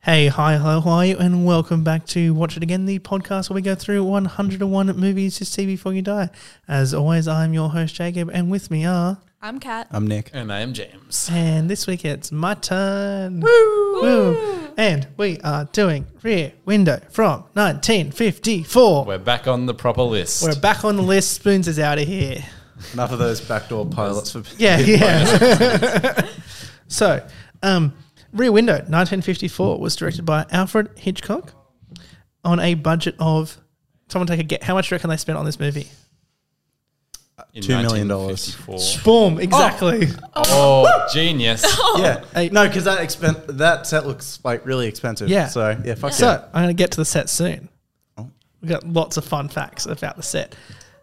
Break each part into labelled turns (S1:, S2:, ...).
S1: Hey, hi, hello, how are you? And welcome back to Watch It Again, the podcast where we go through 101 movies to see before you die. As always, I'm your host, Jacob, and with me are.
S2: I'm Kat.
S3: I'm Nick.
S4: And I am James.
S1: And this week it's my turn. Woo! And we are doing Rear Window from 1954. We're,
S4: We're back on the proper list.
S1: back on the list. Spoons is out of here.
S3: Enough of those backdoor pilots for
S1: Yeah, yeah. so, um, Rear Window 1954 was directed by Alfred Hitchcock on a budget of. Someone take a get. How much do you reckon they spent on this movie?
S4: In
S3: $2 million dollars.
S4: 1954.
S1: Boom, exactly.
S4: Oh, genius.
S3: yeah.
S1: Hey.
S3: No, because that expen- that set looks like really expensive.
S1: Yeah.
S3: So yeah, fuck
S1: So
S3: yeah.
S1: I'm going to get to the set soon.
S3: Oh.
S1: We've got lots of fun facts about the set.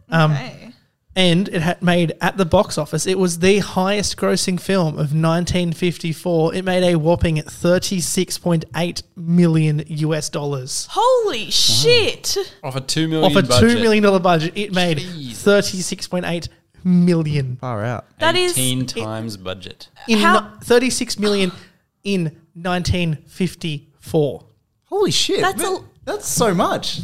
S1: Um,
S2: Okay.
S1: And it had made at the box office, it was the highest grossing film of 1954. It made a whopping 36.8 million US dollars.
S2: Holy shit.
S4: Off a $2 million
S1: Off a
S4: budget.
S1: $2 million dollar budget, it made
S4: Jesus.
S1: 36.8 million.
S3: Far out.
S2: That is-
S4: 18 times budget.
S1: In
S2: How-
S1: no- 36 million in 1954.
S3: Holy shit.
S2: That's
S3: man.
S2: a-
S3: that's so much.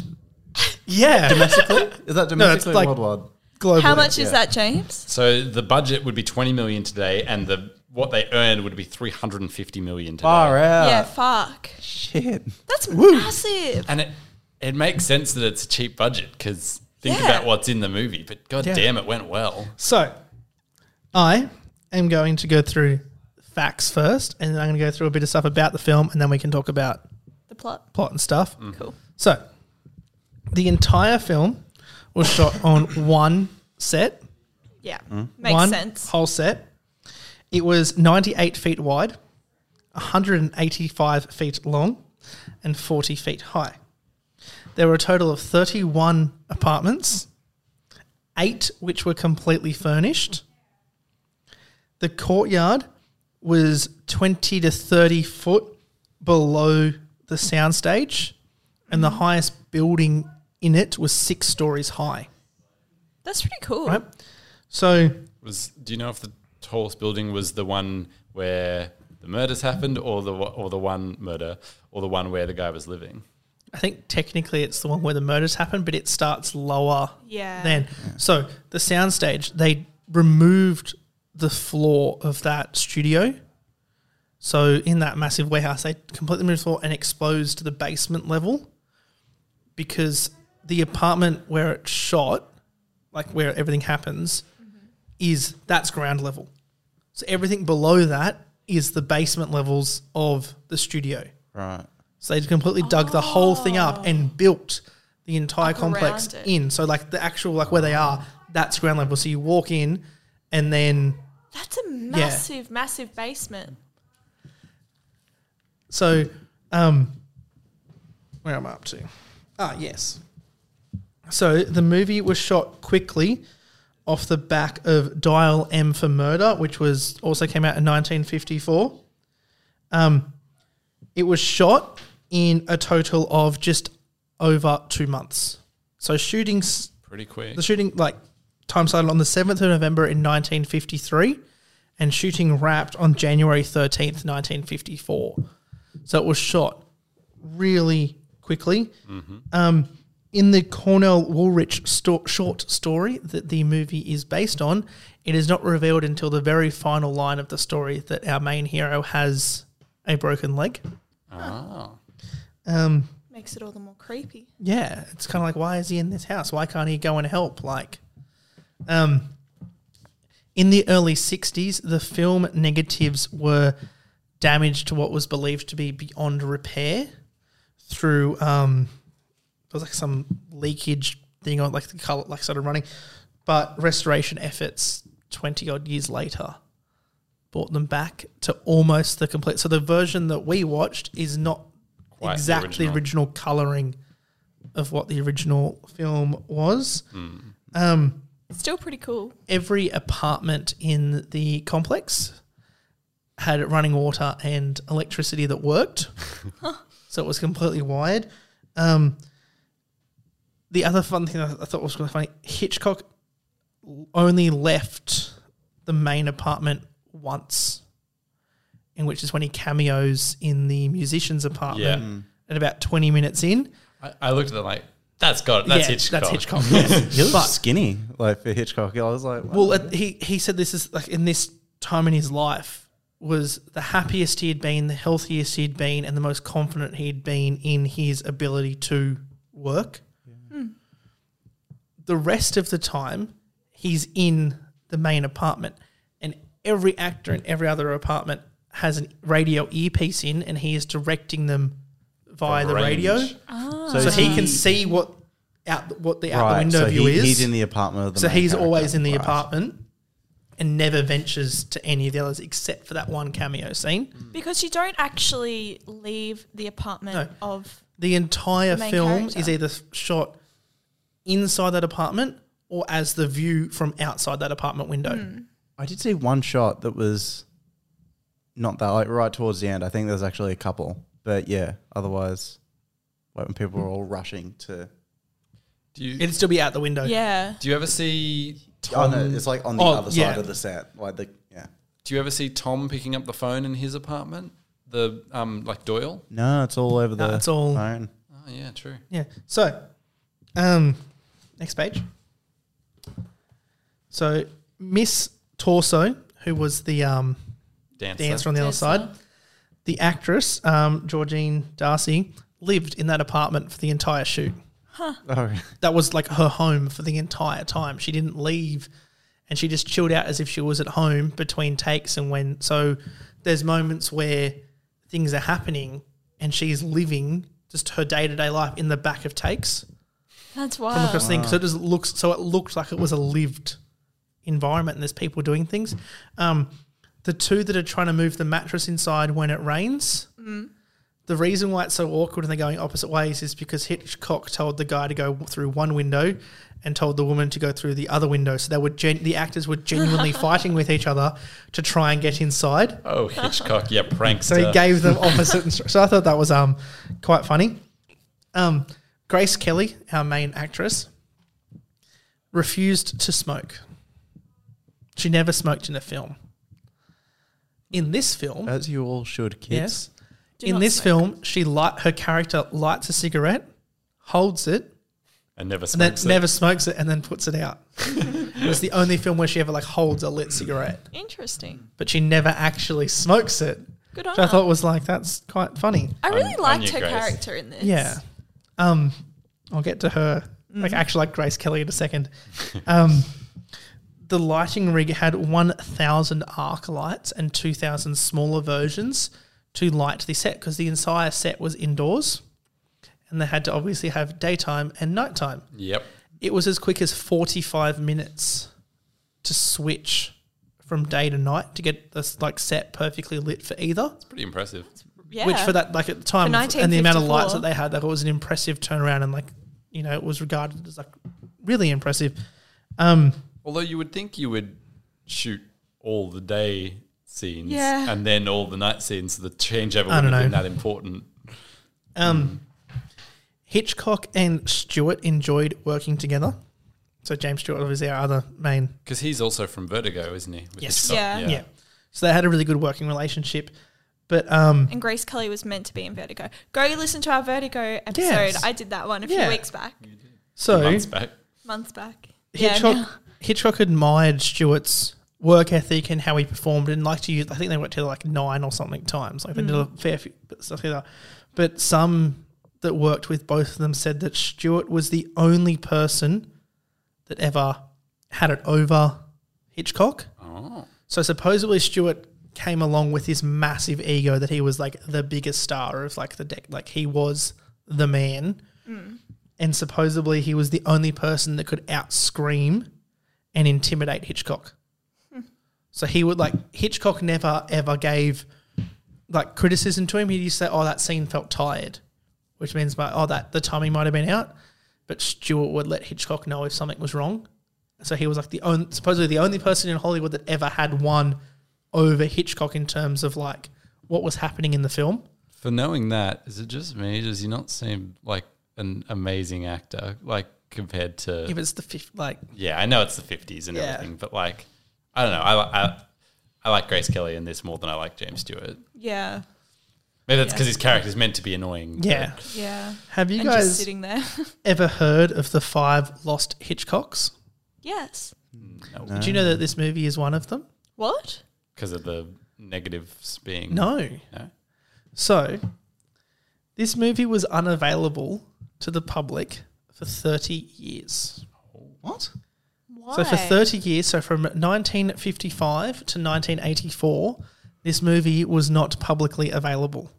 S1: Yeah.
S3: Is that domestically
S1: No, it's like-
S3: or worldwide?
S1: Globally.
S2: How much is
S3: yeah.
S2: that, James?
S4: So the budget would be 20 million today, and the what they earned would be 350 million today.
S3: Far
S1: Uh,
S3: out.
S2: yeah, fuck.
S3: Shit.
S2: That's massive.
S4: And it, it makes sense that it's a cheap budget because think
S2: Yeah.
S4: about what's in the movie, but god
S1: Yeah.
S4: damn, it went well.
S1: So, I am going to go through facts first, and then I'm going to go through a bit of stuff about the film, and then we can talk about
S2: The plot.
S1: plot and stuff.
S2: Cool.
S1: So, the entire film was shot on one set,
S2: Yeah. Makes
S1: Mm. one
S2: sense.
S1: whole set. It was 98 feet wide, 185 feet long, and 40 feet high. There were a total of 31 apartments, eight which were completely furnished. The courtyard was 20 to 30 foot below the soundstage, and the highest building in it was six stories high.
S2: That's pretty cool.
S1: Right? So
S4: Was do you know if the tallest building was the one where the murders happened, or the wa- or the one murder, or the one where the guy was living?
S1: I think technically it's the one where the murders happen, but it starts lower
S2: Yeah.
S1: than. So the soundstage, they removed the floor of that studio. So in that massive warehouse, they completely moved the floor and exposed the basement level because the apartment where it's shot, like where everything happens, is that's ground level. So everything below that is the basement levels of the studio.
S3: Right.
S1: So they completely dug the whole thing up and built the entire
S2: Oh. around
S1: complex
S2: it.
S1: in. So like the actual like where they are, that's ground level. So you walk in, and then
S2: That's a massive, massive basement.
S1: so um, where am I up to? Ah, yes. So the movie was shot quickly off the back of Dial M for Murder, which was also came out in 1954. Um, it was shot in a total of just over two months. So shooting s-
S4: Pretty quick.
S1: The shooting like time started on the seventh of November in 1953, and shooting wrapped on January 13th, 1954. So it was shot really quickly. Um, in the Cornell Woolrich sto- short story that the movie is based on, it is not revealed until the very final line of the story that our main hero has a broken leg.
S4: Oh.
S1: Um,
S2: Makes it all the more creepy.
S1: yeah, it's kind of like why is he in this house? Why can't he go and help? Like, um, in the early '60s, the film negatives were damaged to what was believed to be beyond repair through um, there was like some leakage thing on like the color like started running, but restoration efforts twenty odd years later brought them back to almost the complete. So the version that we watched is not
S4: Quite the
S1: exactly
S4: original.
S1: original coloring of what the original film was. Um,
S2: It's still pretty cool.
S1: every apartment in the complex had running water and electricity that worked, so it was completely wired. Um, the other fun thing I I thought was kind of funny: Hitchcock only left the main apartment once, in which is when he cameos in the musician's apartment
S4: Yeah. Mm.
S1: at about 20 minutes in.
S4: I, I looked at them like, that's got that's
S1: Yeah,
S4: Hitchcock.
S1: That's Hitchcock. yeah.
S3: He looks
S1: But-
S3: skinny, like for Hitchcock. I was like, wow.
S1: Well, at, he he said this is like in this time in his life was the happiest he had been, the healthiest he had been, and the most confident he had been in his ability to work. The rest of the time, he's in the main apartment, and every actor in every other apartment has a radio earpiece in, and he is directing them via the radio,
S4: Range.
S1: so
S3: is
S1: he can see what out what the out the
S3: Right,
S1: window
S3: so
S1: view
S3: he-
S1: is.
S3: He's in the apartment. Of the
S1: So
S3: main
S1: he's
S3: character.
S1: always in the
S3: Right.
S1: apartment and never ventures to any of the others except for that one cameo scene.
S3: Mm.
S2: Because you don't actually leave the apartment of.
S1: The entire
S2: The main
S1: film
S2: character.
S1: is either shot inside that apartment or as the view from outside that apartment window.
S2: Hmm.
S3: I did see one shot that was not that like right towards the end. I think there's actually a couple, but yeah. Otherwise, like when people were all rushing to,
S4: Do you
S1: It'd still be out the window.
S2: Yeah.
S4: do you ever see
S3: oh
S4: Tom?
S3: no, it's like on the
S1: Oh,
S3: other
S1: yeah.
S3: side of the set, like the yeah.
S4: Do you ever see Tom picking up the phone in his apartment? The um like Doyle.
S3: No, it's all over
S1: No,
S3: the
S1: it's all-
S3: phone.
S4: Oh yeah, true.
S1: Yeah. So, um, next page. So Miss Torso, who was the um,
S4: Dance.
S1: dancer on the other
S2: Dancer.
S1: side. The actress, um, Georgine Darcy, lived in that apartment for the entire shoot.
S3: Oh,
S1: That was like her home for the entire time. She didn't leave and she just chilled out as if she was at home between takes and when. So there's moments where things are happening and she's living just her day to day life in the back of takes
S2: That's
S1: from
S2: wild.
S1: across the thing. So it just looks so it looked like it was a lived environment and there's people doing things. Um, the two that are trying to move the mattress inside when it rains. The reason why it's so awkward and they're going opposite ways is because Hitchcock told the guy to go through one window and told the woman to go through the other window. So they were gen- the actors were genuinely fighting with each other to try and get inside.
S4: Oh Hitchcock, yeah, prankster.
S1: So he gave them opposite. instru- so I thought that was um quite funny. Um, Grace Kelly, our main actress, refused to smoke. She never smoked in a film. In this
S4: Uh,
S1: film,
S3: as you all should, kids.
S1: yes,
S2: Do
S1: in
S2: not
S1: this
S2: smoke.
S1: film, she light her character lights a cigarette, holds it,
S4: and never
S1: and then
S4: smokes. it.
S1: never smokes it, and then puts it out. it was the only film where she ever like holds a lit cigarette,
S2: Interesting.
S1: but she never actually smokes it.
S2: Good on
S1: Which I
S2: her.
S1: thought was like that's quite funny.
S2: I really
S4: On- on
S2: liked
S4: you,
S2: her
S4: Grace.
S2: character in this.
S1: Yeah. Um, I'll get to her. Like actually, like Grace Kelly in a second. Um, the lighting rig had one thousand arc lights and two thousand smaller versions to light the set because the entire set was indoors, and they had to obviously have daytime and nighttime.
S4: Yep.
S1: It was as quick as forty-five minutes to switch from day to night to get this like set perfectly lit for either
S4: Pretty impressive.
S2: Yeah.
S1: which for that like at the time
S2: For
S1: and the amount of
S2: 1954.
S1: lights that they had that was an impressive turnaround and like you know it was regarded as like really impressive um
S4: Although you would think you would shoot all the day scenes
S2: Yeah.
S4: and then all the night scenes, so the changeover
S1: I don't
S4: wouldn't have been
S1: know.
S4: that important.
S1: um hitchcock and stewart enjoyed working together so james stewart obviously our other main
S4: Because he's also from Vertigo, isn't he? With
S1: Yes.
S4: Hitchcock,
S2: Yeah.
S1: yeah. so they had a really good working relationship but um
S2: And Grace Kelly was meant to be in Vertigo. Go listen to our Vertigo episode.
S1: Yes.
S2: I did that one a
S1: Yeah.
S2: few weeks back,
S1: so
S4: Months back.
S2: months back.
S1: Hitchcock
S2: Yeah.
S1: Hitchcock admired Stewart's work ethic and how he performed, and liked to use. I think they worked together like nine or something times. Like they did a fair few bit stuff together. But some that worked with both of them said that Stewart was the only person that ever had it over Hitchcock.
S4: Oh.
S1: So supposedly Stewart came along with this massive ego that he was like the biggest star of like the deck, like he was the man, and supposedly he was the only person that could out scream and intimidate Hitchcock. So he would like Hitchcock never ever gave like criticism to him. He'd just say, "Oh, that scene felt tired," which means like, "Oh, that the timing might have been out." But Stewart would let Hitchcock know if something was wrong. So he was like the only, supposedly the only person in Hollywood that ever had one over Hitchcock in terms of like what was happening in the film.
S4: For knowing that, is it just me? Does he not seem like an amazing actor? Like compared to.
S1: If it's the fifth, like
S4: yeah, I know it's the fifties and
S1: Yeah.
S4: everything, but like, I don't know. I, I I like Grace Kelly in this more than I like James Stewart.
S2: Yeah.
S4: Maybe that's
S2: Yeah.
S4: because his character's meant to be annoying. but-
S1: Yeah.
S2: Yeah.
S1: Have you
S2: and just
S1: guys
S2: sitting there.
S1: ever heard of the five lost Hitchcocks?
S2: yes.
S1: Did you know that this movie is one of them?
S2: What?
S4: because of the negatives being
S1: No.
S4: No?
S1: So, this movie was unavailable to the public for 30 years.
S3: What?
S2: Why?
S1: So, for 30 years, so from 1955 to 1984, this movie was not publicly available.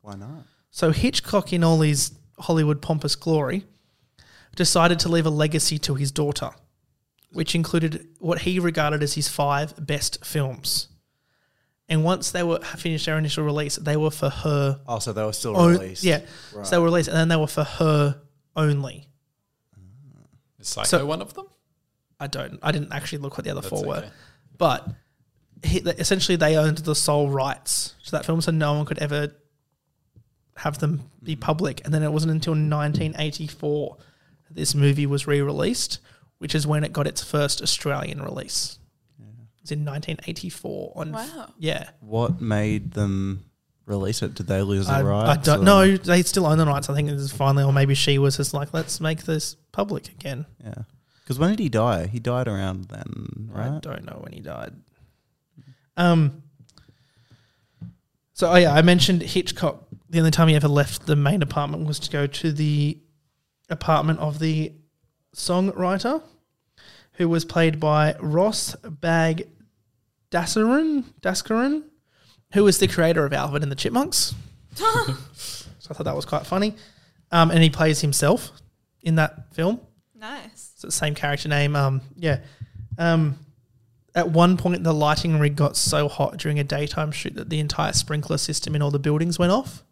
S3: Why not?
S1: So, Hitchcock, in all his Hollywood pompous glory, decided to leave a legacy to his daughter, which included what he regarded as his five best films. And once they were finished their initial release, they were for her
S3: Oh, so they were still
S1: Oh,
S3: released.
S1: Yeah. So they were released, and then they were for her only.
S4: Is Psycho
S1: So-
S4: one of them.
S1: I don't. I didn't actually look what the other
S4: That's
S1: four were,
S4: okay.
S1: but he, essentially they owned the sole rights to that film, so no one could ever have them be public. And then it wasn't until 1984 that this movie was re-released, which is when it got its first Australian release. It was in 1984. On
S2: Wow.
S1: Yeah.
S3: What made them release it? Did they lose
S1: I,
S3: the
S1: I
S3: rights?
S1: don't
S3: or-
S1: know. They still own the rights. I think it was finally, or maybe she was just like, let's make this public again.
S3: Yeah. Because when did he die? He died around then,
S1: I
S3: right?
S1: don't know when he died. Um. So oh yeah, I mentioned Hitchcock. The only time he ever left the main apartment was to go to the apartment of the songwriter, who was played by Ross Bag Dasarin, Daskarin, who was the creator of Alvin and the Chipmunks. so I thought that was quite funny. Um, and he plays himself in that film.
S2: Nice.
S1: So same character name. Um, yeah. Um, at one point, the lighting rig got so hot during a daytime shoot that the entire sprinkler system in all the buildings went off,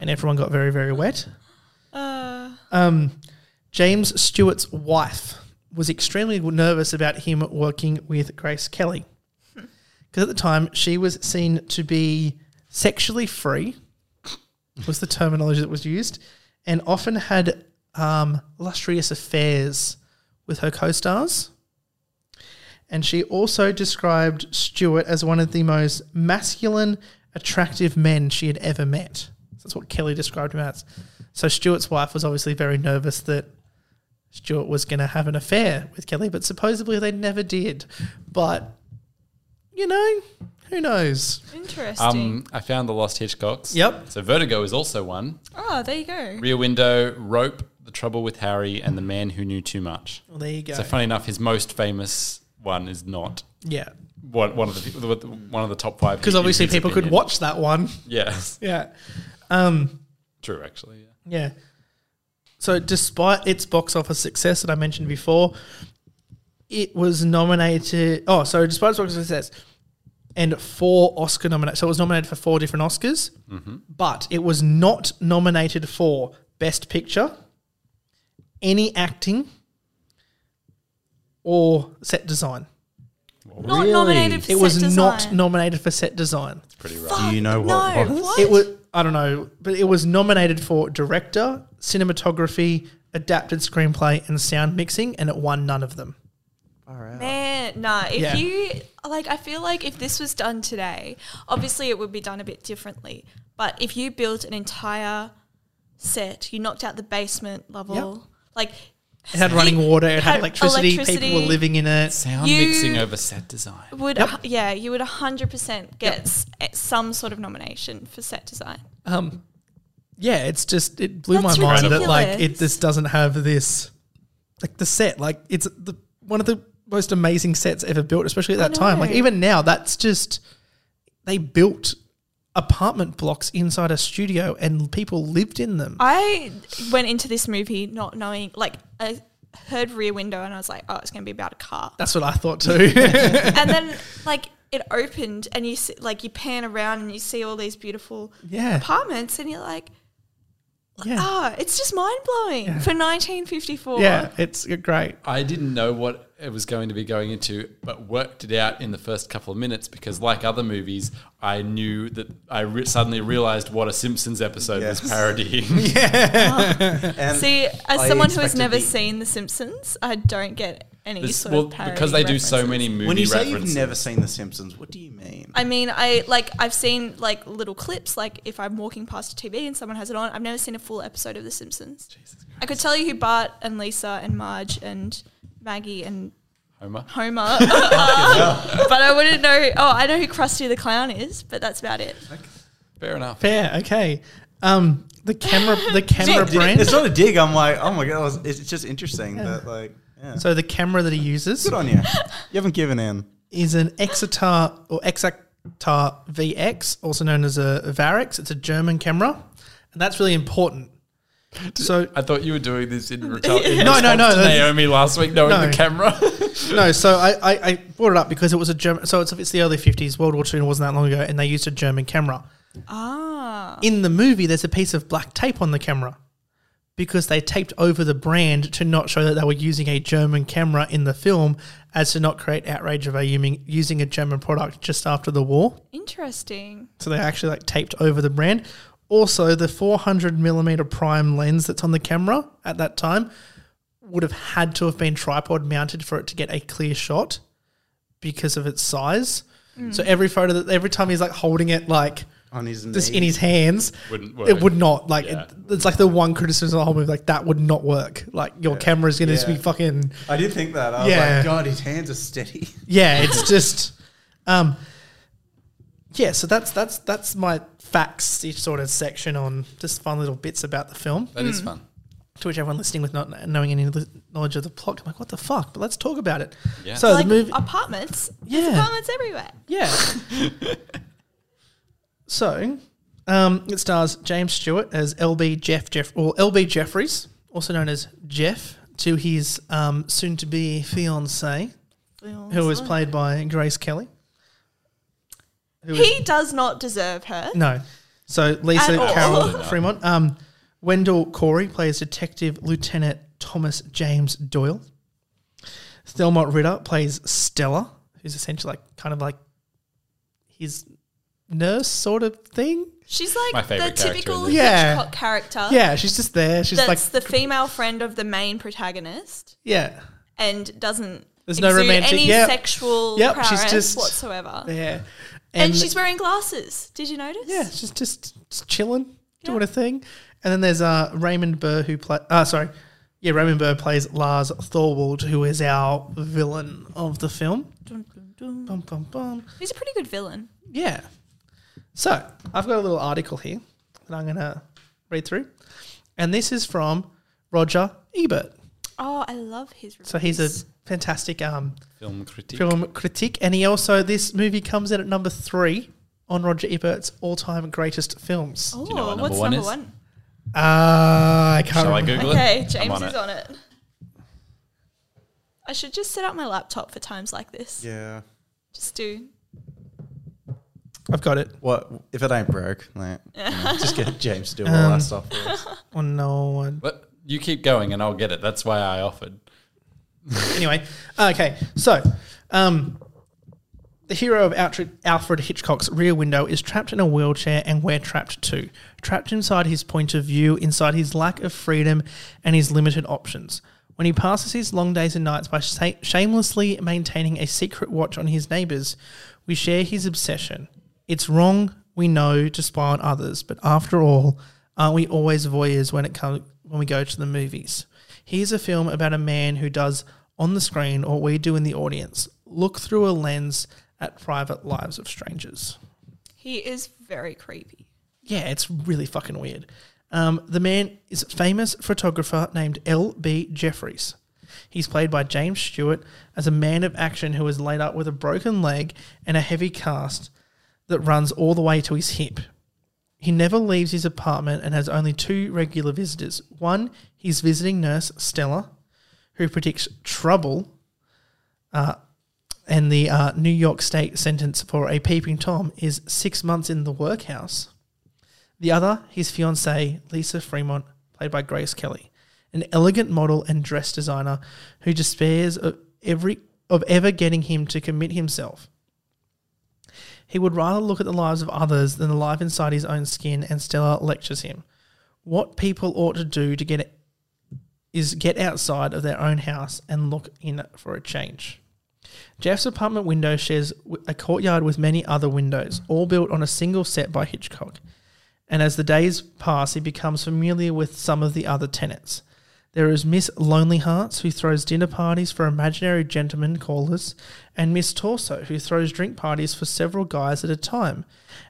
S1: and everyone got very, very wet.
S2: Uh,
S1: Um, James Stewart's wife was extremely nervous about him working with Grace Kelly because at the time she was seen to be sexually free, was the terminology that was used, and often had um, lustrous affairs with her co stars. And she also described Stewart as one of the most masculine, attractive men she had ever met. So that's what Kelly described him as. So Stewart's wife was obviously very nervous that Stewart was going to have an affair with Kelly, but supposedly they never did. But, you know, who knows?
S2: interesting.
S4: Um, I found the Lost Hitchcocks.
S1: Yep.
S4: So Vertigo is also one.
S2: oh, there you go.
S4: Rear Window, Rope, The Trouble with Harry, and The Man Who Knew Too Much.
S1: Well, there you go.
S4: So funny enough, his most famous one is not
S1: yeah.
S4: one, one of the one of the top five
S1: Because
S4: in
S1: obviously
S4: his
S1: people could
S4: opinion.
S1: watch that one.
S4: Yes,
S1: Yeah. Um,
S4: true actually. Yeah.
S1: Yeah. So, despite its box office success that I mentioned before, it was nominated. Oh, so despite its box office success and four Oscar nominations, so it was nominated for four different Oscars, but it was not nominated for Best Picture, any acting, or set design.
S2: Not nominated for
S1: it was
S2: set
S1: not
S2: design.
S1: nominated for set design.
S4: It's pretty rough.
S2: Fuck,
S3: Do you know
S2: No,
S3: what box-
S2: what?
S1: It was I don't know, but it was nominated for director, cinematography, adapted screenplay, and sound mixing, and it won none of them.
S2: Man, nah. If
S1: Yeah.
S2: you like, I feel like if this was done today, obviously it would be done a bit differently. But if you built an entire set, you knocked out the basement level, like
S1: It had running water, it had
S2: had
S1: electricity,
S2: electricity.
S1: people were living in it.
S4: Sound
S2: You-
S4: mixing over set design.
S2: would
S1: Yep.
S2: yeah, you would hundred percent get s- eh, some sort of nomination for set design.
S1: Um, yeah, it's just it blew
S2: That's
S1: my mind that like
S2: ridiculous.
S1: it just doesn't have this, like the set, like it's the one of the most amazing sets ever built, especially at that time. Like
S2: know.
S1: even now, that's just they built apartment blocks inside a studio and people lived in them.
S2: I went into this movie not knowing, like, I heard Rear Window and I was like, oh, it's going to be about a car.
S1: That's what I thought too.
S2: and then, like, it opened and you see, like you pan around and you see all these beautiful
S1: Yeah.
S2: apartments and you're like,
S1: Yeah.
S2: ah, it's just mind blowing for 1954.
S1: Yeah, it's great.
S4: I didn't know what it was going to be going into, but worked it out in the first couple of minutes because, like other movies, I knew that I re- suddenly realized what a Simpsons episode
S3: Yes.
S4: was parodying.
S3: And
S2: See, as
S3: I
S2: someone who has
S3: expected
S2: never
S3: the-
S2: seen The Simpsons, I don't get any
S4: This-
S2: sort
S4: well,
S2: of parody
S4: because they do so
S2: references.
S4: many movie
S3: when you say
S4: references.
S3: you've never seen The Simpsons, what do you mean?
S2: I mean, I like I've seen like little clips. Like if I'm walking past a TV and someone has it on, I've never seen a full episode of The Simpsons. I could tell you who Bart and Lisa and Marge and Maggie and
S4: Homer.
S2: Homer, are, but I wouldn't know. Oh, I know who Krusty the Clown is, but that's about it.
S4: Fair enough.
S1: Fair. Okay. Um, the camera, the camera
S3: It's not a dig.
S1: brand.
S3: It's not a dig. I'm like, oh my god, it's- it's just interesting that like. Yeah.
S1: So the camera that he uses
S3: Good on you. You haven't given in.
S1: is an Exitar or Exactar VX, also known as a Varix. It's a German camera, and that's really important. So
S4: I thought you were doing this in, retel- in
S1: No, no,
S4: no, no,
S1: no,
S4: To
S1: that's-
S4: Naomi last week, knowing
S1: No.
S4: the camera.
S1: no, so I, I, I brought it up because it was a German. So it's it's the early fifties, World War Two wasn't that long ago, and they used a German camera.
S2: Ah,
S1: In the movie, there's a piece of black tape on the camera because they taped over the brand to not show that they were using a German camera in the film, as to not create outrage of using using a German product just after the war.
S2: interesting.
S1: So they actually like taped over the brand. Also, the 400 millimeter prime lens that's on the camera at that time would have had to have been tripod mounted for it to get a clear shot because of its size. So every photo that every time he's like holding it like
S3: On his
S1: this
S3: knee.
S1: in his hands,
S4: Wouldn't
S1: it
S4: work.
S1: would not like
S4: Yeah.
S1: it, it's like the one criticism of the whole movie like that would not work. Like your camera's gonna just be
S3: Yeah.
S1: fucking
S3: I did think that. I
S1: Yeah.
S3: was like, God, his hands are steady.
S1: yeah, it's just, um, yeah. So that's that's that's my facts sort of section on just fun little bits about the film.
S4: That is fun.
S1: To which everyone listening with not knowing any li- knowledge of the plot, I'm like, what the fuck? But let's talk about it.
S4: Yeah.
S1: So
S2: like uh,
S1: the movie,
S2: apartments,
S1: yeah,
S2: apartments everywhere.
S1: yeah. so, um, it stars James Stewart as LB Jeff Jeff or LB Jeffries, also known as Jeff, to his um, soon-to-be fiancee, who was played by Grace Kelly. Who is-
S2: He does not deserve her.
S1: no. So Lisa
S2: At all.
S1: Carol
S4: Absolutely not.
S1: Fremont. Um, Wendell Corey plays Detective Lieutenant Thomas James Doyle. Thelma Ritter plays Stella, who's essentially like kind of like his nurse sort of thing.
S2: She's
S4: My
S2: like the
S4: favourite character in
S2: typical
S4: this.
S1: Yeah.
S2: Hitchcock character.
S1: Yeah, she's just there. She's
S2: that's
S1: like
S2: the female friend of the main protagonist
S1: yeah.
S2: and doesn't
S1: There's no
S2: exude
S1: romantic-
S2: any
S1: yep.
S2: sexual
S1: Yep, she's
S2: prowess
S1: just-
S2: whatsoever. And,
S1: Yeah.
S2: she's wearing glasses. Did you notice?
S1: Yeah, she's just, just chilling, doing
S2: Yeah.
S1: a thing. And then there's uh, Raymond Burr who play. Uh, sorry, yeah, Raymond Burr plays Lars Thorwald, who is our villain of the film.
S2: Dun, dun, dun.
S1: Bum, bum, bum.
S2: He's a pretty good villain.
S1: Yeah. So I've got a little article here that I'm going to read through, and this is from Roger Ebert.
S2: Oh, I love his. Reviews.
S1: So he's a fantastic um,
S4: Film critique.
S1: film critic, and he also this movie comes in at number three on Roger Ebert's all-time greatest films.
S2: Oh,
S4: you know what number
S2: what's
S4: one
S2: number
S4: is?
S2: one?
S1: Ah, I can't.
S4: Shall I
S1: remember.
S4: Google it?
S2: Okay,
S4: I'm
S2: James
S4: on
S2: is
S4: it.
S2: on it. I should just set up my laptop for times like this.
S3: Yeah.
S2: Just do.
S1: I've got it.
S3: What if it ain't broke? Like, you know, just get James to do all
S1: Um,
S3: that stuff. for us.
S1: Oh no. I-
S4: But you keep going and I'll get it. That's why I offered.
S1: anyway, uh, okay. So, um, the hero of Altred- Alfred Hitchcock's Rear Window is trapped in a wheelchair, and we're trapped too. Trapped inside his point of view, inside his lack of freedom, and his limited options. When he passes his long days and nights by sa- shamelessly maintaining a secret watch on his neighbors, we share his obsession. It's wrong, we know, to spy on others, but after all, aren't we always voyeurs when it comes when we go to the movies? Here's a film about a man who does on the screen what we do in the audience look through a lens at private lives of strangers.
S2: He is very creepy.
S1: Yeah, it's really fucking weird. Um, the man is a famous photographer named L.B. Jeffries. He's played by James Stewart as a man of action who is laid up with a broken leg and a heavy cast that runs all the way to his hip. He never leaves his apartment and has only two regular visitors. One, his visiting nurse, Stella, who predicts trouble uh, and the uh, New York State sentence for a peeping Tom is six months in the workhouse. The other, his fiancee, Lisa Fremont, played by Grace Kelly, an elegant model and dress designer who despairs of every of ever getting him to commit himself. He would rather look at the lives of others than the life inside his own skin, and Stella lectures him. What people ought to do to get it is get outside of their own house and look in for a change. Jeff's apartment window shares w- a courtyard with many other windows, all built on a single set by Hitchcock. And as the days pass, he becomes familiar with some of the other tenants. There is Miss Lonely Hearts, who throws dinner parties for imaginary gentlemen callers, and Miss Torso, who throws drink parties for several guys at a time,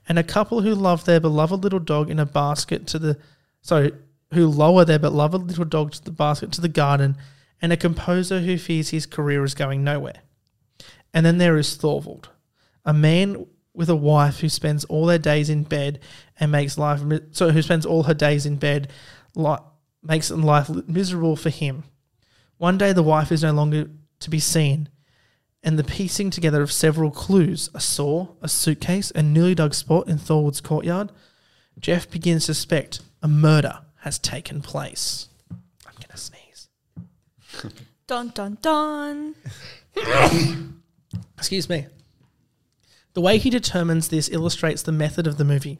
S1: and a couple who love their beloved little dog in a basket to the so who lower their beloved little dog to the basket to the garden, and a composer who fears his career is going nowhere. And then there is Thorvald, a man with a wife who spends all their days in bed and makes life mi- so who spends all her days in bed, li- makes life li- miserable for him. One day the wife is no longer to be seen, and the piecing together of several clues, a saw, a suitcase, a newly dug spot in Thorwald's courtyard, Jeff begins to suspect a murder has taken place. I'm gonna sneeze.
S2: Dun dun dun.
S1: Excuse me. The way he determines this illustrates the method of the movie.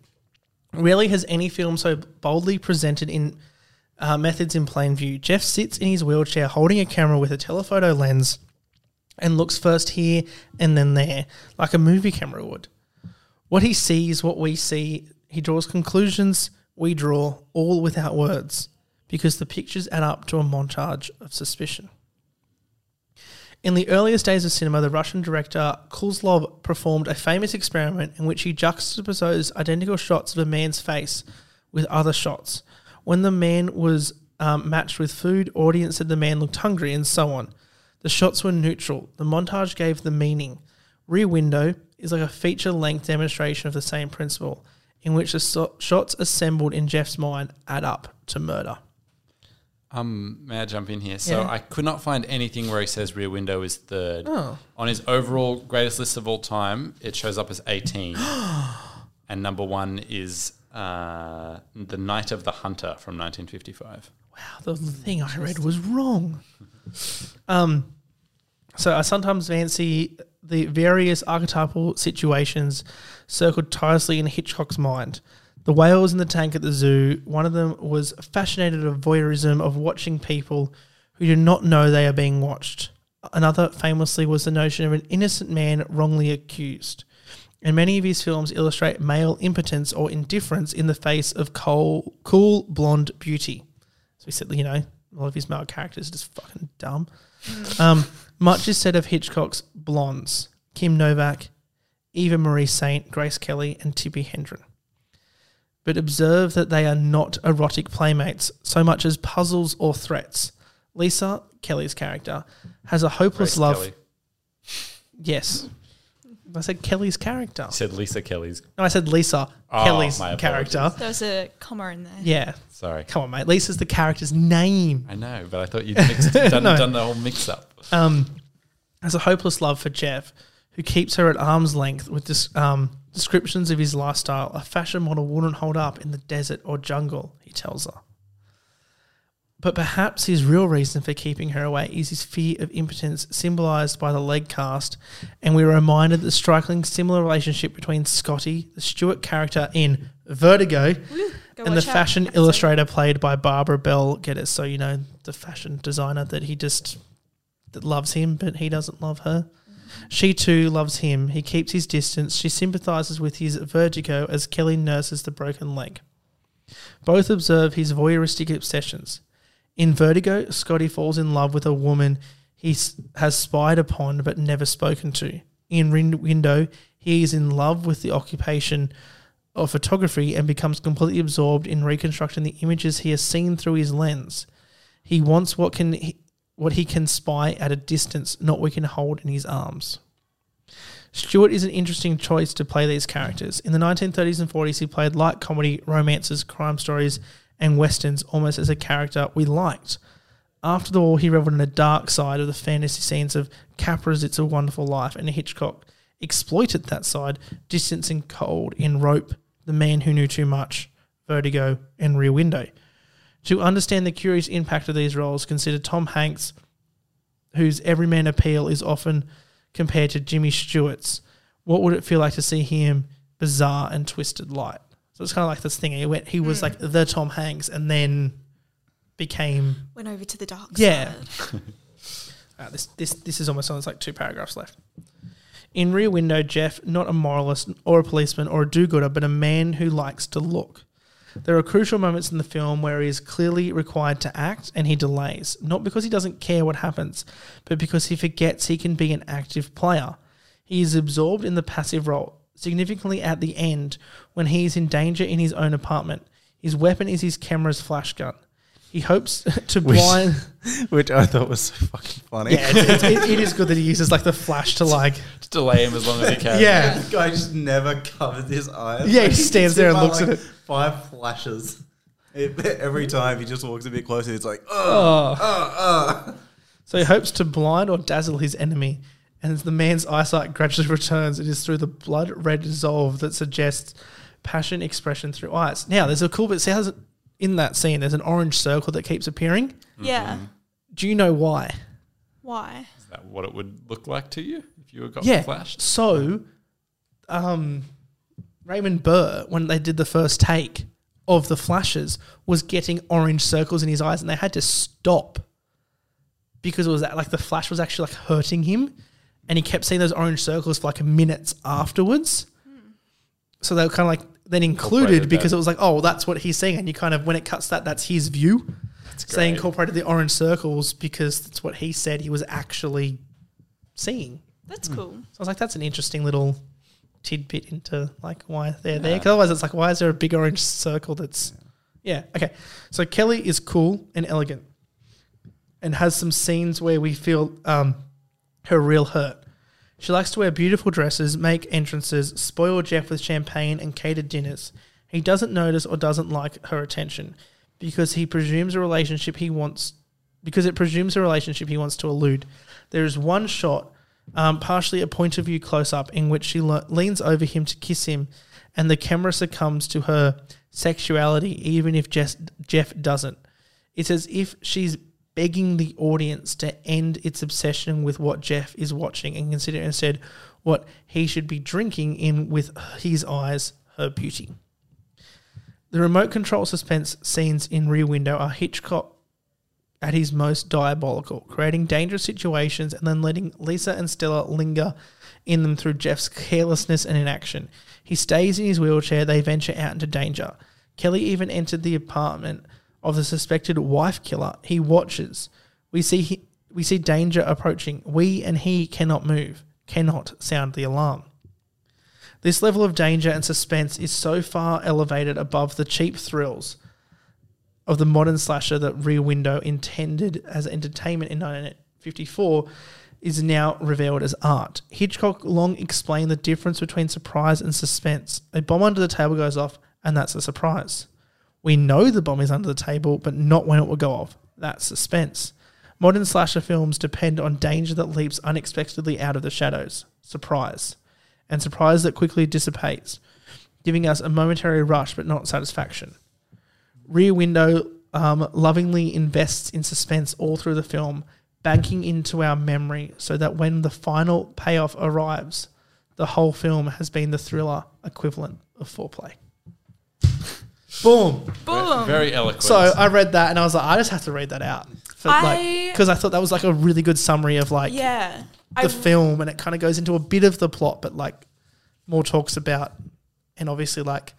S1: Rarely has any film so boldly presented in uh, methods in plain view. Jeff sits in his wheelchair holding a camera with a telephoto lens and looks first here and then there, like a movie camera would. What he sees, what we see, he draws conclusions, we draw, all without words, because the pictures add up to a montage of suspicion. In the earliest days of cinema, the Russian director Kozlov performed a famous experiment in which he juxtaposed identical shots of a man's face with other shots. When the man was um, matched with food, audience said the man looked hungry, and so on. The shots were neutral. The montage gave the meaning. Rear Window is like a feature length demonstration of the same principle, in which the so- shots assembled in Jeff's mind add up to murder.
S4: Um, may I jump in here? So
S1: Yeah.
S4: I could not find anything where he says Rear Window is third.
S1: Oh.
S4: On his overall greatest list of all time, it shows up as 18. and number one is uh, The Night of the Hunter from 1955.
S1: Wow, the thing I read was wrong. Um, so I sometimes fancy the various archetypal situations circled tirelessly in Hitchcock's mind. The whales in the tank at the zoo, one of them was fascinated of voyeurism of watching people who do not know they are being watched. Another famously was the notion of an innocent man wrongly accused. And many of his films illustrate male impotence or indifference in the face of coal, cool blonde beauty. So we said, you know, a lot of his male characters are just fucking dumb. Um, much is said of Hitchcock's blondes, Kim Novak, Eva Marie Saint, Grace Kelly, and Tippi Hendren. But observe that they are not erotic playmates so much as puzzles or threats. Lisa, Kelly's character, has a hopeless
S4: Grace
S1: love.
S4: Kelly.
S1: Yes. I said Kelly's character.
S4: He said Lisa Kelly's.
S1: No, I said Lisa,
S4: Oh,
S1: Kelly's
S4: my
S1: character.
S4: apologies.
S2: There was a comma in there.
S1: Yeah.
S4: Sorry.
S1: Come on, mate. Lisa's the character's name.
S4: I know, but I thought you'd mixed, done,
S1: No.
S4: done the whole mix up.
S1: um, has a hopeless love for Jeff, who keeps her at arm's length with this, um, descriptions of his lifestyle. A fashion model wouldn't hold up in the desert or jungle, he tells her. But perhaps his real reason for keeping her away is his fear of impotence, symbolized by the leg cast. And we are reminded the striking similar relationship between Scotty, the Stewart character in Vertigo,
S2: Go
S1: and the
S2: watch out.
S1: fashion
S2: That's it.
S1: illustrator played by Barbara Bell. Get it? So you know the fashion designer that he just that loves him, but he doesn't love her.
S2: Mm-hmm.
S1: She too loves him. He keeps his distance. She sympathizes with his vertigo as Kelly nurses the broken leg. Both observe his voyeuristic obsessions. In Vertigo, Scotty falls in love with a woman he s- has spied upon but never spoken to. In Rin- Window, he is in love with the occupation of photography and becomes completely absorbed in reconstructing the images he has seen through his lens. He wants what can he, what he can spy at a distance, not what he can hold in his arms. Stewart is an interesting choice to play these characters. In the 1930s and 40s, he played light comedy, romances, crime stories, and westerns almost as a character we liked. After the war, he reveled in the dark side of the fantasy scenes of Capra's It's a Wonderful Life, and Hitchcock exploited that side, distancing cold in Rope, The Man Who Knew Too Much, Vertigo, and Rear Window. To understand the curious impact of these roles, consider Tom Hanks whose everyman appeal is often compared to Jimmy Stewart's. What would it feel like to see him bizarre and twisted light? So it's kind of like this thing. He went, he was like the Tom Hanks, and then became
S2: Went over to the dark
S1: Yeah.
S2: side.
S1: uh, this this this is almost on. There's like two paragraphs left. In Rear Window, Jeff, not a moralist or a policeman or a do-gooder, but a man who likes to look. There are crucial moments in the film where he is clearly required to act and he delays, not because he doesn't care what happens, but because he forgets he can be an active player. He is absorbed in the passive role, significantly at the end when he is in danger in his own apartment. His weapon is his camera's flash gun. He hopes to blind.
S3: which I thought was so fucking funny.
S1: Yeah, it's, it's, it, it is good that he uses like the flash to like.
S4: Just delay him as long as he can.
S1: Yeah,
S3: This guy just never covers his eyes.
S1: Yeah, he
S3: Like,
S1: stands there and
S3: by,
S1: looks at
S3: like,
S1: it.
S3: Five flashes. It- every time he just walks a bit closer, it's like,
S1: Oh.
S3: oh, oh, oh.
S1: so he hopes to blind or dazzle his enemy, and as the man's eyesight gradually returns, it is through the blood red resolve that suggests passion expression through eyes. Now, there's a cool bit. See, how's it, in that scene, there's an orange circle that keeps appearing.
S4: Mm-hmm.
S2: Yeah.
S1: Do you know why?
S2: Why?
S4: Is that what it would look like to you if you were got
S1: yeah.
S4: flashed?
S1: So, um, Raymond Burr, when they did the first take of the flashes, was getting orange circles in his eyes, and they had to stop because it was like the flash was actually like hurting him, and he kept seeing those orange circles for like minutes afterwards. So they were kind of like then included
S4: Incorporated
S1: because
S4: that.
S1: it was like, oh, well, that's what he's seeing, and you kind of when it cuts that, that's his view. So they
S4: great.
S1: incorporated the orange circles because that's what he said he was actually seeing.
S2: That's cool.
S1: So I was like, that's an interesting little tidbit into like why they're there. 'Cause otherwise, it's like, why is there a big orange circle that's. Yeah. Okay. So Kelly is cool and elegant and has some scenes where we feel um, her real hurt. She likes to wear beautiful dresses, make entrances, spoil Jeff with champagne and catered dinners. He doesn't notice or doesn't like her attention because he presumes a relationship he wants because it presumes a relationship he wants to elude. There is one shot, um, partially a point of view close up, in which she le- leans over him to kiss him, and the camera succumbs to her sexuality, even if Jess- Jeff doesn't. It's as if she's begging the audience to end its obsession with what Jeff is watching and consider instead what he should be drinking in with his eyes, her beauty. The remote control suspense scenes in Rear Window are Hitchcock at his most diabolical, creating dangerous situations and then letting Lisa and Stella linger in them through Jeff's carelessness and inaction. He stays in his wheelchair, they venture out into danger. Kelly even entered the apartment of the suspected wife killer. He watches. We see he, we see danger approaching. We and he cannot move, cannot sound the alarm. This level of danger and suspense is so far elevated above the cheap thrills of the modern slasher that Rear Window intended as entertainment in 1954 is now revealed as art. Hitchcock long explained the difference between surprise and suspense. A bomb under the table goes off, and that's a surprise. We know the bomb is under the table, but not when it will go off. That's suspense. Modern slasher films depend on danger that leaps unexpectedly out of the shadows, surprise, and surprise that quickly dissipates, giving us a momentary rush but not satisfaction. Rear Window um, lovingly invests in suspense all through the film, banking into our memory so that when the final payoff arrives, the whole film has been the thriller equivalent of foreplay. Boom.
S2: Boom.
S4: Very eloquent.
S1: So I read that and I was like, I just have to read that out. For
S2: I-
S1: like, because I thought that was like a really good summary of like
S2: yeah.
S1: the
S2: I
S1: film, and it kind of goes into a bit of the plot, but like more talks about, and obviously like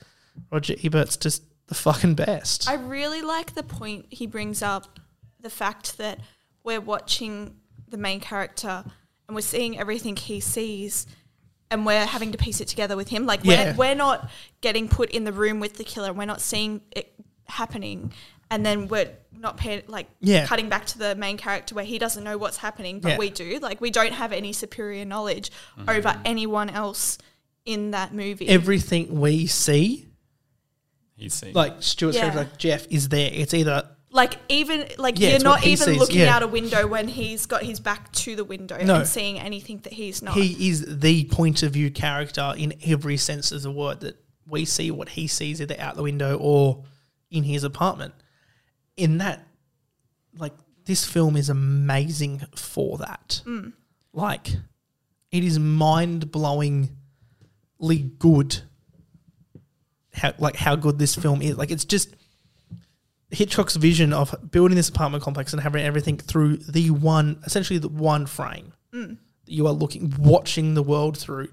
S1: Roger Ebert's just the fucking best.
S2: I really like the point he brings up the fact that we're watching the main character and we're seeing everything he sees and we're having to piece it together with him. Like,
S1: Yeah.
S2: we're, we're not getting put in the room with the killer, we're not seeing it happening. And then we're not pa- like
S1: Yeah.
S2: cutting back to the main character where he doesn't know what's happening, but
S1: Yeah.
S2: we do. Like we don't have any superior knowledge over anyone else in that movie.
S1: Everything we see
S4: He's seen.
S1: like Stuart's
S2: Yeah.
S1: character, like Jeff, is there. It's either
S2: like even like
S1: Yeah,
S2: you're
S1: it's what
S2: not
S1: he
S2: even
S1: sees,
S2: looking
S1: yeah.
S2: out a window when he's got his back to the window
S1: No.
S2: and seeing anything that he's not.
S1: he is the point of view character in every sense of the word that we see what he sees either out the window or in his apartment. In that, like this film is amazing for that. Like, it is mind blowingly good. How like how good this film is. Like, it's just Hitchcock's vision of building this apartment complex and having everything through the one, essentially the one frame that you are looking, watching the world through,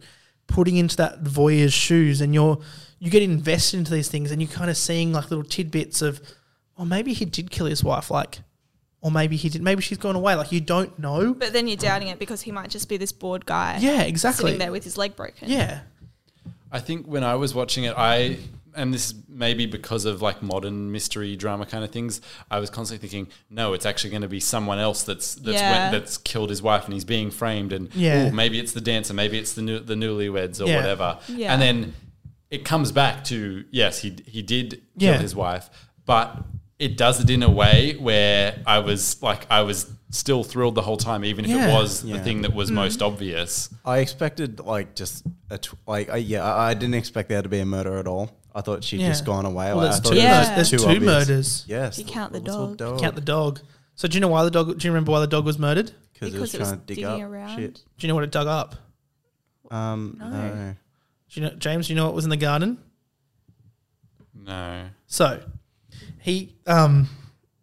S1: putting into that voyeur's shoes, and you're you get invested into these things, and you're kind of seeing like little tidbits of, oh, maybe he did kill his wife, like, or maybe he did, maybe she's gone away, like you don't know.
S2: But then you're doubting it because he might just be this bored guy.
S1: Yeah, exactly.
S2: Sitting there with his leg broken.
S1: Yeah,
S4: I think when I was watching it, I and this is maybe because of like modern mystery drama kind of things, I was constantly thinking, no, it's actually going to be someone else that's that's
S2: Yeah.
S4: went, that's killed his wife and he's being framed, and
S1: Yeah.
S4: "Ooh, maybe it's the dancer, maybe it's the new, the newlyweds or
S1: Yeah.
S4: whatever,
S2: Yeah.
S4: and then it comes back to yes, he he did kill
S1: Yeah.
S4: his wife, but it does it in a way where I was like I was still thrilled the whole time, even if
S1: Yeah.
S4: it was
S3: Yeah.
S4: the thing that was most obvious.
S3: I expected like just a tw- like I yeah I I didn't expect there to be a murder at all. I thought she'd
S1: Yeah.
S3: just gone away.
S1: Well,
S3: like,
S1: there's
S3: I thought
S1: two
S3: it was
S2: mur-
S1: there's
S3: too
S1: two
S3: obvious.
S1: murders.
S3: Yes,
S2: You count the
S3: little
S2: dog.
S1: count the dog. So do you know why the dog? Do you remember why the dog was murdered? Do
S3: because it was trying to dig up shit.
S1: you know what it dug up?
S3: Um,
S2: No.
S3: no.
S1: Do you know James? Do you know what was in the garden?
S4: No,
S1: So he um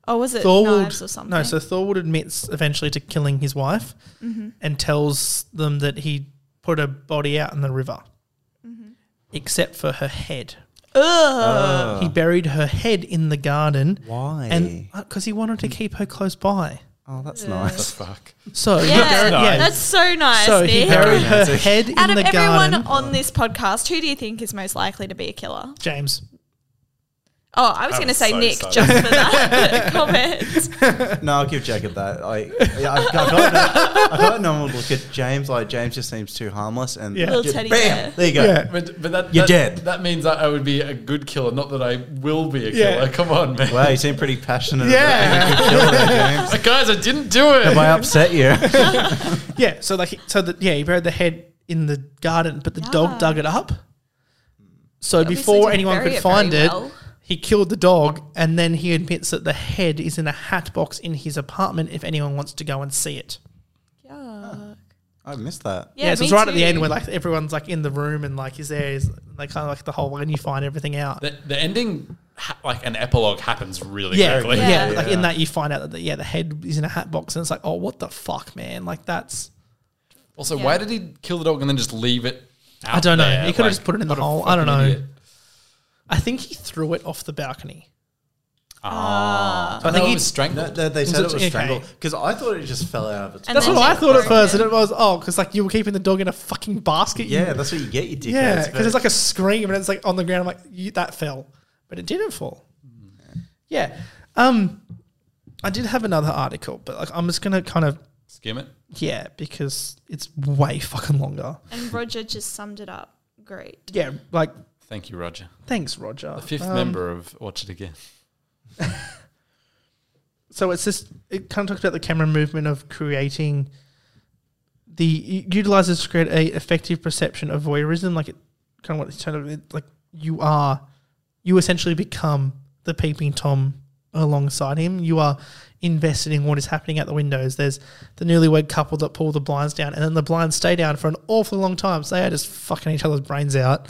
S2: Oh, was it
S1: Thorwald
S2: knives or something? Mm-hmm.
S1: no so Thorwald admits eventually to killing his wife and tells them that he put her body out in the river
S2: Mm-hmm.
S1: except for her head
S2: Ugh.
S1: he buried her head in the garden
S3: Uh. Why? Mm.
S1: and because he wanted to keep her close by
S3: oh, that's nice.
S4: fuck.
S1: so he
S3: Oh,
S2: yeah,
S1: buried- yeah.
S2: that's so nice.
S1: so he
S2: Nick.
S1: buried
S3: Very
S1: her
S3: nice.
S1: head in
S2: Out of
S1: the
S2: everyone
S1: garden
S2: on this podcast, who do you think is most likely to be a killer?
S1: James
S2: Oh, I was
S4: I
S2: going to
S4: was
S2: say
S4: so
S2: Nick
S4: excited.
S2: just for that comment.
S3: No, I'll give Jacob that. I, yeah, I, I got, no, I got no one look at James. Like James just seems too harmless and
S1: Yeah.
S2: Little
S3: just
S2: teddy
S3: bam,
S2: bear.
S3: there you go.
S1: Yeah.
S4: But, but that,
S3: You're
S4: that-
S3: dead.
S4: That means I, I would be a good killer, not that I will be a
S1: Yeah.
S4: killer. Come on, man.
S3: Wow, you seem pretty passionate.
S1: Yeah.
S3: about it. You're killing it, James.
S4: Guys, I didn't do
S3: Have
S4: it.
S3: I upset you?
S1: yeah so like he- so that yeah he buried the head in the garden but the
S2: Yeah.
S1: dog dug it up so
S2: Ah. obviously
S1: before
S2: didn't
S1: anyone
S2: bury
S1: could
S2: it very
S1: find it
S2: well.
S1: He killed the dog, and then he admits that the head is in a hat box in his apartment if anyone wants to go and see it.
S2: Yuck.
S3: I missed that.
S1: Yeah, so
S2: me
S1: it's right at the
S2: too.
S1: end where like everyone's like in the room and like he's there, he's, like kind of like the whole and you find everything out.
S4: The, the ending, ha- like an epilogue, happens really
S1: Yeah,
S4: quickly.
S1: yeah,
S2: Yeah.
S1: Like in that you find out that the, yeah the head is in a hat box, and it's like oh what the fuck man, like that's
S4: Also,
S2: Yeah.
S4: why did he kill the dog and then just leave it? Out
S1: I don't know.
S4: there?
S1: He could have
S4: Like,
S1: just put it in the
S4: what a
S1: hole. I don't
S4: fucking
S1: know.
S4: idiot.
S1: I think he threw it off the balcony.
S4: Ah,
S1: So I
S4: I
S1: think
S4: think
S1: he-
S4: he was
S3: No,
S4: strangled.
S3: they, they said
S1: it-
S3: it was
S1: okay.
S3: strangled because I thought it just fell out of its.
S2: And
S1: That's
S2: then
S1: what I
S2: she
S1: thought at
S2: broke
S1: first,
S2: it.
S1: and it was oh because like you were keeping the dog in a fucking basket. you
S3: yeah, that's what you get, you dickheads.
S1: Yeah,
S3: but-
S1: because it's like a scream and it's like on the ground. I'm like, you, that fell, but it didn't fall.
S4: Mm.
S1: Yeah. Um, I did have another article, but like I'm just gonna kind of
S4: Skim it.
S1: yeah because it's way fucking longer.
S2: And Roger just summed it up. Great.
S1: Yeah, like
S4: Thank you, Roger.
S1: thanks, Roger.
S4: The fifth
S1: Um,
S4: member of Watch It Again.
S1: So it's just it kind of talks about the camera movement of creating the it utilizes to create a effective perception of voyeurism. Like it kind of what it's turned out, it- like you are you essentially become the peeping tom alongside him. You are invested in what is happening at the windows. There's the newlywed couple that pull the blinds down, and then the blinds stay down for an awfully long time. So they are just fucking each other's brains out.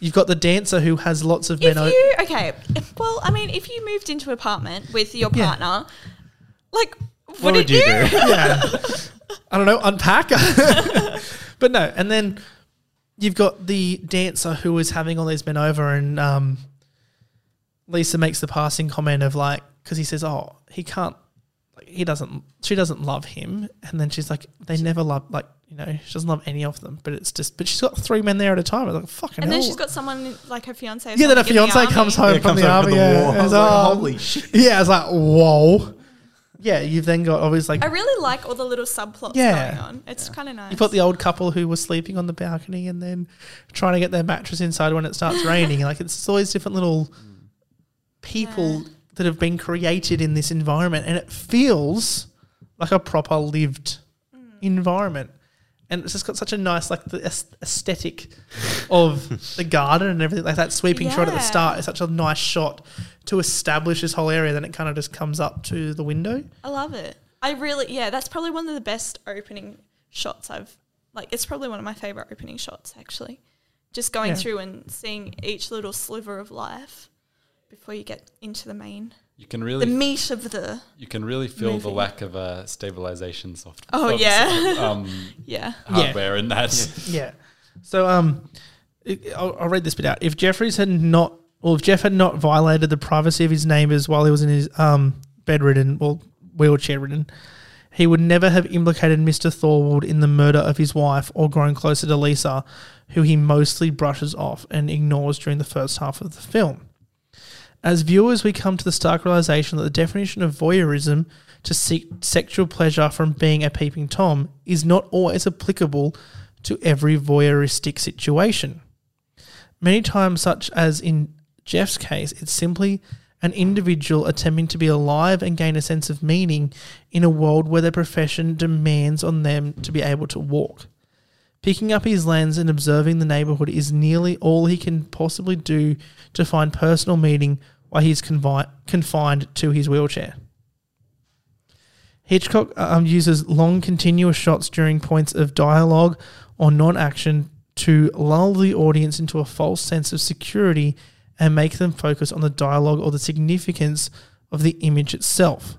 S1: You've got the dancer who has lots of
S2: If
S1: men. o-
S2: you okay, if- well, I mean, if you moved into an apartment with your
S1: Yeah.
S2: partner, like, what,
S3: what would you do?
S1: yeah. I don't know, unpack. but no, and then you've got the dancer who is having all these men over, and um, Lisa makes the passing comment of like, because he says, "Oh, he can't, like, he doesn't, she doesn't love him," and then she's like, "They never love, like, you know, she doesn't love any of them." But it's just, but she's got three men there at a time. It's like fucking.
S2: And then
S1: hell.
S2: she's got someone like her fiance. or
S1: yeah, then her
S2: something in the
S1: fiance
S2: army.
S1: comes home
S3: Yeah,
S1: from
S3: comes
S1: the
S3: home
S1: army.
S3: from the
S1: yeah,
S3: war. I
S1: and
S3: was
S1: it's,
S3: like,
S1: um,
S3: holy shit.
S1: Yeah, it's like whoa. Yeah, you've then got obviously like
S2: I really like all the little subplots
S1: Yeah.
S2: going on. It's kind of nice.
S1: You've got the old couple who were sleeping on the balcony and then trying to get their mattress inside when it starts raining. Like it's always different little people that have been created in this environment, and it feels like a proper lived environment. and it's just got such a nice like the aes- aesthetic of the garden and everything like that sweeping shot at the
S2: Yeah.
S1: start is such a nice shot to establish this whole area then it kind of just comes up to the window
S2: I love it. I really, yeah, that's probably one of the best opening shots I've, like, it's probably one of my favorite opening shots, actually. Just going
S1: Yeah.
S2: through and seeing each little sliver of life before you get into the main,
S4: You can
S2: the
S4: really
S2: meat of the,
S4: you can really feel the
S2: movie.
S4: lack of a stabilization soft.
S2: Oh,
S4: of-
S2: yeah.
S4: um,
S2: yeah.
S4: hardware in that.
S1: Yeah. So um, it- I'll, I'll read this bit out. If Jeffries had not, well, if Jeff had not violated the privacy of his neighbors while he was in his um bedridden, well, wheelchair ridden, he would never have implicated Mister Thorwald in the murder of his wife or grown closer to Lisa, who he mostly brushes off and ignores during the first half of the film. As viewers, we come to the stark realization that the definition of voyeurism to seek sexual pleasure from being a peeping Tom is not always applicable to every voyeuristic situation. Many times, such as in Jeff's case, it's simply an individual attempting to be alive and gain a sense of meaning in a world where their profession demands on them to be able to walk. Picking up his lens and observing the neighborhood is nearly all he can possibly do to find personal meaning while he's confi- confined to his wheelchair. Hitchcock um, uses long, continuous shots during points of dialogue or non action to lull the audience into a false sense of security and make them focus on the dialogue or the significance of the image itself.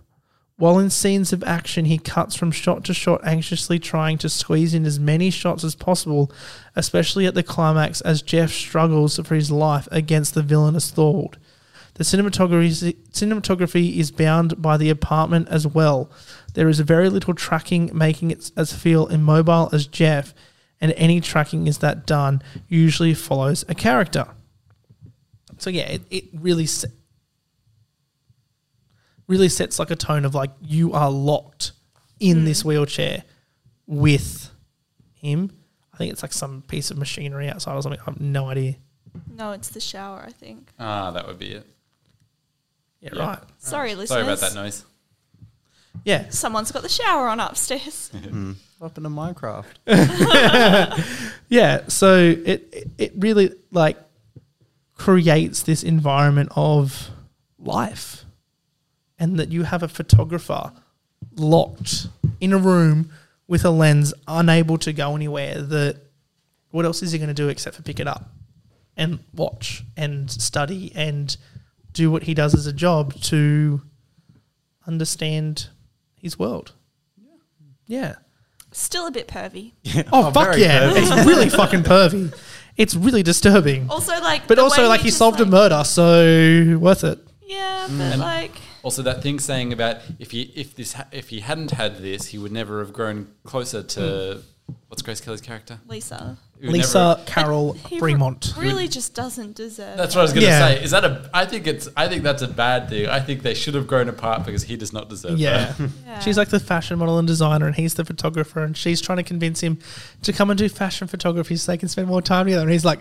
S1: While in scenes of action, he cuts from shot to shot, anxiously trying to squeeze in as many shots as possible, especially at the climax as Jeff struggles for his life against the villainous Thorwald. The cinematography, cinematography is bound by the apartment as well. There is very little tracking, making it as feel immobile as Jeff, and any tracking is that done usually follows a character. So yeah, it, it really se- really sets like a tone of like you are locked in this wheelchair with him. I think it's like some piece of machinery outside or something. I have no idea.
S2: No, it's the shower, I think.
S4: Ah, that would be it.
S1: Yeah,
S4: Yeah.
S1: right.
S2: Sorry, listeners.
S4: Sorry about that noise.
S1: Yeah.
S2: Someone's got the shower on upstairs.
S3: Up into Minecraft.
S1: Yeah, so it it- it really like creates this environment of life, and that you have a photographer locked in a room with a lens, unable to go anywhere. That what else is he going to do except for pick it up and watch and study and do what he does as a job to understand his world? Yeah.
S2: Still a bit pervy.
S1: Oh,
S3: Oh,
S1: fuck
S3: very
S1: yeah!
S3: pervy.
S1: It's really fucking pervy. It's really disturbing,
S2: Also, like,
S1: but
S2: Oh, the
S1: also
S2: way
S1: like
S2: you
S1: he
S2: just,
S1: solved a
S2: like-
S1: murder, so worth it.
S2: Yeah, but
S4: And-
S2: like,
S4: Also, that thing saying about if he if this ha- if he hadn't had this, he would never have grown closer to what's Grace Kelly's character?
S2: Lisa.
S4: He would
S1: Lisa
S4: never-
S1: Carol
S2: He re-
S1: Fremont.
S2: really just doesn't deserve
S4: that's what I was going to
S1: Yeah.
S4: say. Is that a? I think it's. I think that's a bad thing. I think they should have grown apart because he does not deserve.
S1: Yeah.
S4: that.
S2: Yeah.
S1: she's like the fashion model and designer, and he's the photographer, and she's trying to convince him to come and do fashion photography so they can spend more time together. And he's like,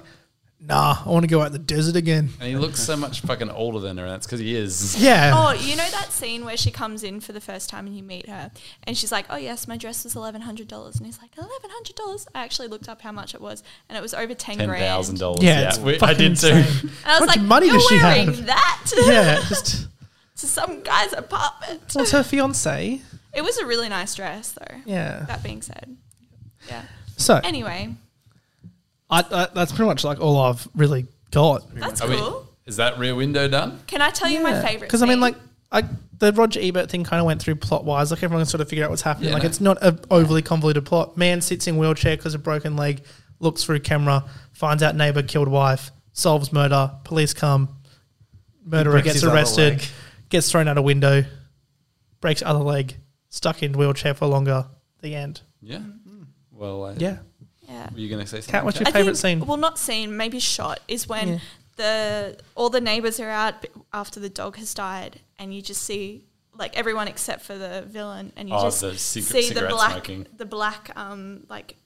S1: "Nah, I want to go out in the desert again."
S4: and he looks so much fucking older than her. and That's because he is.
S1: Yeah.
S2: Oh, you know that scene where she comes in for the first time and you meet her, and she's like, "Oh yes, my dress was eleven hundred dollars," and he's like, eleven hundred dollars." I actually looked up how much it was, and it was over ten,
S4: Ten
S2: grand.
S4: thousand dollars.
S1: Yeah, it's
S4: I
S1: fucking
S4: did too.
S1: insane.
S2: And I
S1: How
S2: was
S1: much
S2: like,
S1: money
S2: "You're
S1: does she
S2: wearing
S1: have?"
S2: that
S1: yeah. Just
S2: to some guy's apartment?"
S1: well, it's her fiance.
S2: It was a really nice dress, though.
S1: Yeah.
S2: That being said, yeah.
S1: So I,
S2: Anyway,
S1: I, that's pretty much like all I've really got.
S2: that's
S4: Are we-
S2: cool.
S4: is that Rear Window done?
S2: Can I tell you my favorite?
S1: Because I mean,
S2: scene?
S1: like, I, the Roger Ebert thing kind of went through plot wise. Like everyone sort of figured out what's happening.
S4: Yeah,
S1: like
S4: no.
S1: it's not a overly convoluted plot. Man sits in wheelchair because of broken leg, looks through camera, finds out neighbor killed wife, solves murder. Police come, murderer
S3: breaks
S1: gets
S3: his other
S1: arrested,
S3: leg.
S1: gets thrown out a window, breaks other leg, stuck in wheelchair for longer. The end.
S4: Yeah.
S2: Mm-hmm.
S4: Well, I,
S1: Yeah.
S2: yeah.
S4: Were you going to say something?
S1: Kat, what's your
S2: I
S1: favorite
S2: think,
S1: scene?
S2: Well, not scene, maybe shot is when
S1: Yeah.
S2: the all the neighbors are out b- after the dog has died, and you just see like everyone except for the villain, and you
S4: Oh,
S2: just
S4: the cig-
S2: see the
S4: cigarette
S2: black,
S4: smoking.
S2: the black, um, like,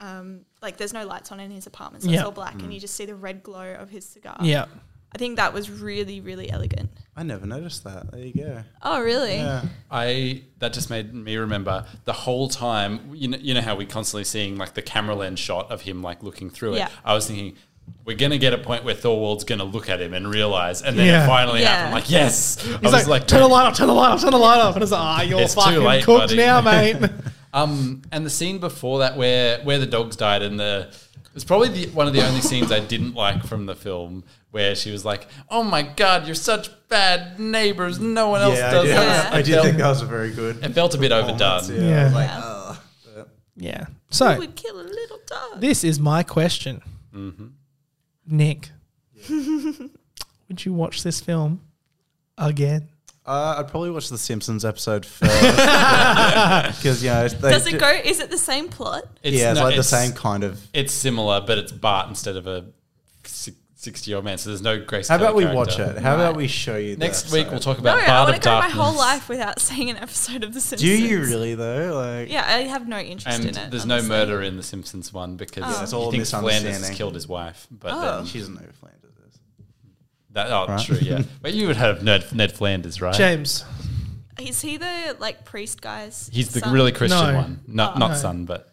S2: um, like there's no lights on in his apartment, so
S1: Yeah.
S4: Mm.
S2: it's all black, and you just see the red glow of his cigar.
S1: Yeah.
S2: I think that was really, really elegant.
S3: I never noticed that. There you go.
S2: Oh, really?
S3: Yeah.
S4: I that just made me remember the whole time. You know, you know how we constantly seeing like the camera lens shot of him like looking through
S2: Yeah.
S4: it. I was thinking we're gonna get a point where Thorwald's gonna look at him and realize, and then
S1: Yeah.
S4: it finally
S2: Yeah.
S4: happened. Like yes, I
S1: He's
S4: was
S1: like, turn the light off, turn the light off, turn the light off. And it's like, ah, you're
S4: It's too
S1: fucking
S4: late,
S1: cooked
S4: buddy.
S1: now, mate.
S4: Um, and the scene before that, where where the dogs died, and the it's probably the, one of the only scenes I didn't like from the film, where she was like, "Oh my god, you're such bad neighbors. No one else does
S2: did.
S4: this."
S2: Yeah.
S4: It
S3: I did
S4: felt-
S3: think that was a very good.
S4: it felt a bit
S3: performance,
S4: overdone.
S3: I was
S1: Yeah.
S3: like,
S2: Yeah.
S3: "Ugh."
S1: yeah.
S2: Who
S1: So
S2: would kill a little dog?
S1: this is my question, Nick. would you watch this film again?
S3: Uh, I'd probably watch the Simpsons episode first because you know they
S2: Does
S3: do-
S2: it go? Is it the same plot?
S4: It's
S3: Yeah, it's
S4: no-
S3: like the same kind of.
S4: It's similar, but it's Bart instead of a sixty-year-old man. So there's no Grace.
S3: How about
S4: Kelly
S3: we watch
S4: character.
S3: it? How about we show you the
S4: Next week we'll
S3: episode?
S4: talk
S2: No,
S4: about
S2: I
S4: Bart
S2: want
S4: of
S2: to go my
S4: Darkness.
S2: whole life without seeing an episode of The Simpsons.
S3: Do you really though? Like,
S2: Yeah, I have no interest
S4: And
S2: in it.
S4: there's no
S2: honestly.
S4: murder in the Simpsons one because
S2: Yeah,
S3: it's
S4: he
S3: all
S4: thinks Flanders has
S3: misunderstanding.
S4: killed his wife. But
S2: Oh.
S4: then
S3: she doesn't know who Flanders is.
S4: that, oh,
S3: Right.
S4: true, yeah. But you would have Ned, Ned Flanders, right?
S1: James,
S2: Is he the like priest guy's?
S4: He's the
S2: son?
S4: really Christian
S1: No.
S4: one, not
S2: Oh.
S4: not
S1: No.
S4: son, but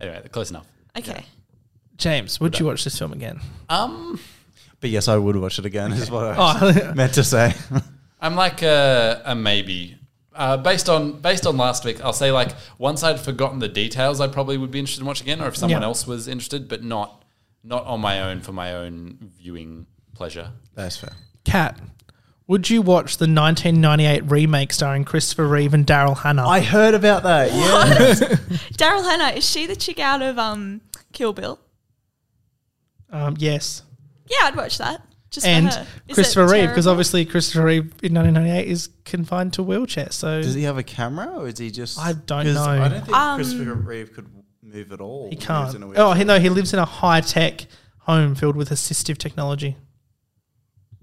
S4: anyway, close enough.
S2: Okay.
S1: James, would you watch this film again?
S4: Um,
S3: But yes, I would watch it again. Is what I was
S1: Oh,
S3: meant to say.
S4: I'm like a, a maybe. Uh, based on based on last week, I'll say like once I'd forgotten the details, I probably would be interested in watching again, or if someone
S1: Yeah.
S4: else was interested, but not not on my own for my own viewing pleasure.
S3: That's fair.
S1: Kat, would you watch the 1998 remake starring Christopher Reeve and Daryl Hannah?
S3: I heard about that. Yeah.
S2: Daryl Hannah is she the chick out of um Kill Bill?
S1: um, yes.
S2: Yeah, I'd watch that. Just
S3: Uh-huh.
S2: for
S1: And
S2: her. Is it
S1: Christopher Reeve, because
S2: terrible?
S1: obviously Christopher Reeve in 1998 is confined to a wheelchair. So
S3: Does he have a camera, or is he just?
S1: I don't
S3: 'Cause
S1: know.
S3: I don't think
S2: Um,
S3: Christopher Reeve could move at all.
S1: he
S3: when
S1: can't.
S3: was in a
S1: oh, he,
S3: wheelchair.
S1: no, he lives in a high tech home filled with assistive technology.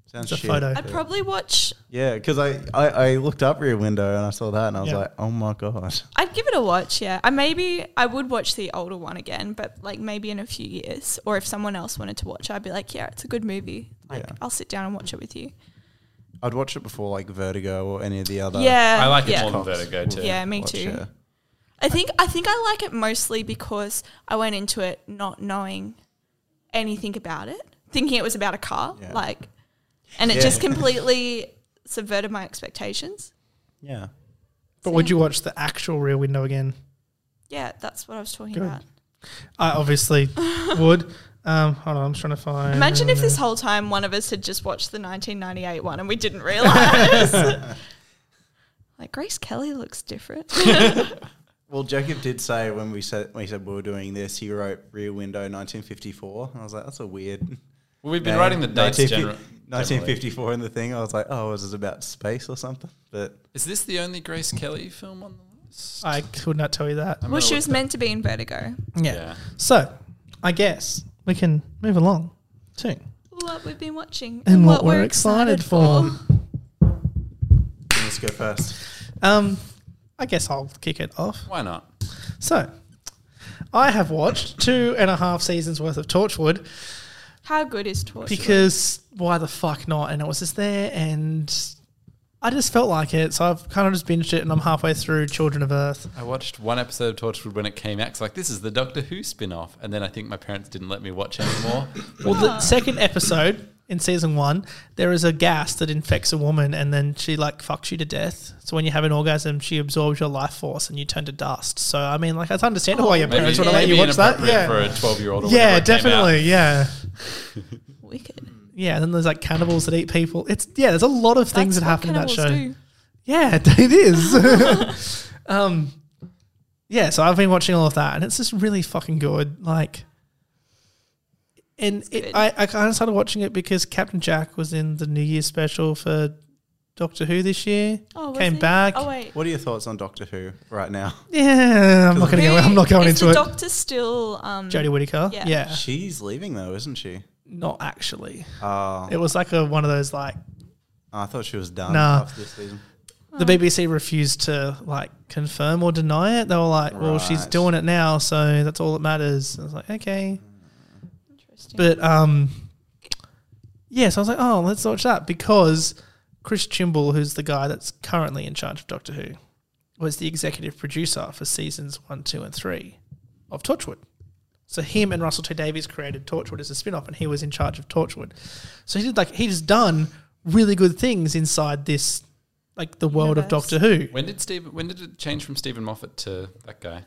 S3: Sounds
S1: it's a
S3: shit.
S1: photo.
S2: I'd probably watch.
S3: Yeah, because I, I I looked up Rear Window and I saw that and I was
S1: Yeah.
S3: like, oh my god.
S2: I'd give it a watch. Yeah, I maybe I would watch the older one again, but like maybe in a few years, or if someone else wanted to watch, it, I'd be like, yeah, it's a good movie. Like
S3: Yeah.
S2: I'll sit down and watch it with you.
S3: I'd watch it before like Vertigo or any of the other.
S2: yeah,
S4: I like it
S2: yeah.
S4: more than Vertigo too.
S2: Yeah, me
S3: Watch,
S2: too.
S3: yeah.
S2: I think I think I like it mostly because I went into it not knowing anything about it, thinking it was about a car,
S3: Yeah.
S2: like, and it
S3: Yeah.
S2: just completely subverted my expectations.
S3: Yeah.
S1: But would you watch the actual Rear Window again?
S2: Yeah, that's what I was talking
S1: Good.
S2: about.
S1: I obviously would. Um, hold on, I'm trying to find.
S2: Imagine if this whole time one of us had just watched the 1998 one and we didn't realize. like Grace Kelly looks different.
S3: Well, Jacob did say when we said when he said we were doing this, he wrote Rear Window 1954, and I was like, that's a weird.
S4: Well, we've been
S3: name.
S4: writing the dates
S3: 1950
S4: generally.
S3: 1954 in the thing. I was like, oh, is this about space or something? But
S4: Is this the only Grace Kelly film on the list?
S1: I could not tell you that.
S4: I'm
S2: well,
S4: gonna
S2: she
S4: look
S2: was
S4: that-
S2: meant to be in Vertigo.
S1: Yeah.
S4: Yeah.
S1: So, I guess we can move along too.
S2: What we've been watching
S1: And what we're excited for.
S3: let's go first.
S1: Um, I guess I'll kick it off.
S4: Why not?
S1: So, I have watched two and a half seasons worth of Torchwood
S2: How good is Torchwood?
S1: because why the fuck not? And it was just there, and I just felt like it. So I've kind of just binged it, and I'm halfway through Children of Earth.
S4: I watched one episode of Torchwood when it came out. 'cause, like, this is the Doctor Who spin off. And then I think my parents didn't let me watch anymore.
S1: Well,
S4: Ah.
S1: the second episode in season one, there is a gas that infects a woman, and then she like fucks you to death. So when you have an orgasm, she absorbs your life force, and you turn to dust. So I mean, like, I understand why your
S4: Maybe,
S1: parents want to let
S4: maybe
S1: you watch that.
S4: inappropriate
S1: Yeah,
S4: for a 12 year old.
S1: yeah, definitely, yeah.
S2: Wicked.
S1: Yeah, and then there's like cannibals that eat people. It's yeah, there's a lot of things that
S2: That's
S1: happen in
S2: what
S1: that show.
S2: cannibals do.
S1: Yeah, it is. um, yeah, so I've been watching all of that, and it's just really fucking good. Like, and
S2: good.
S1: it, I I kind of started watching it because Captain Jack was in the New Year's special for Doctor Who this year.
S2: Oh, was
S1: came
S2: it?
S1: back.
S2: Oh wait.
S3: What are your thoughts on Doctor Who right now?
S1: Yeah, I'm not going to go. I'm not going
S2: is
S1: into
S2: the
S1: it.
S2: Doctor still. Um,
S1: Jodie Whittaker. Yeah.
S2: Yeah.
S3: She's leaving though, isn't she?
S1: not actually.
S3: Oh,
S1: It was like a one of those like
S3: I thought she was done
S1: Nah.
S3: after this season.
S2: Oh.
S1: the BBC refused to like confirm or deny it. They were like, "Well, she's
S3: Right.
S1: doing it now, so that's all that matters." I was like, "Okay,"
S2: Interesting.
S1: but um, Yeah, so I was like, oh, let's watch that because Chris Chimble, who's the guy that's currently in charge of Doctor Who, was the executive producer for seasons one, two, and three of Torchwood. So him and Russell T Davies created Torchwood as a spin-off, and he was in charge of Torchwood. So he did like he's done really good things inside this, like the world of
S2: Universe.
S1: Doctor Who
S4: When did Steve? When did it change from Stephen Moffat to that guy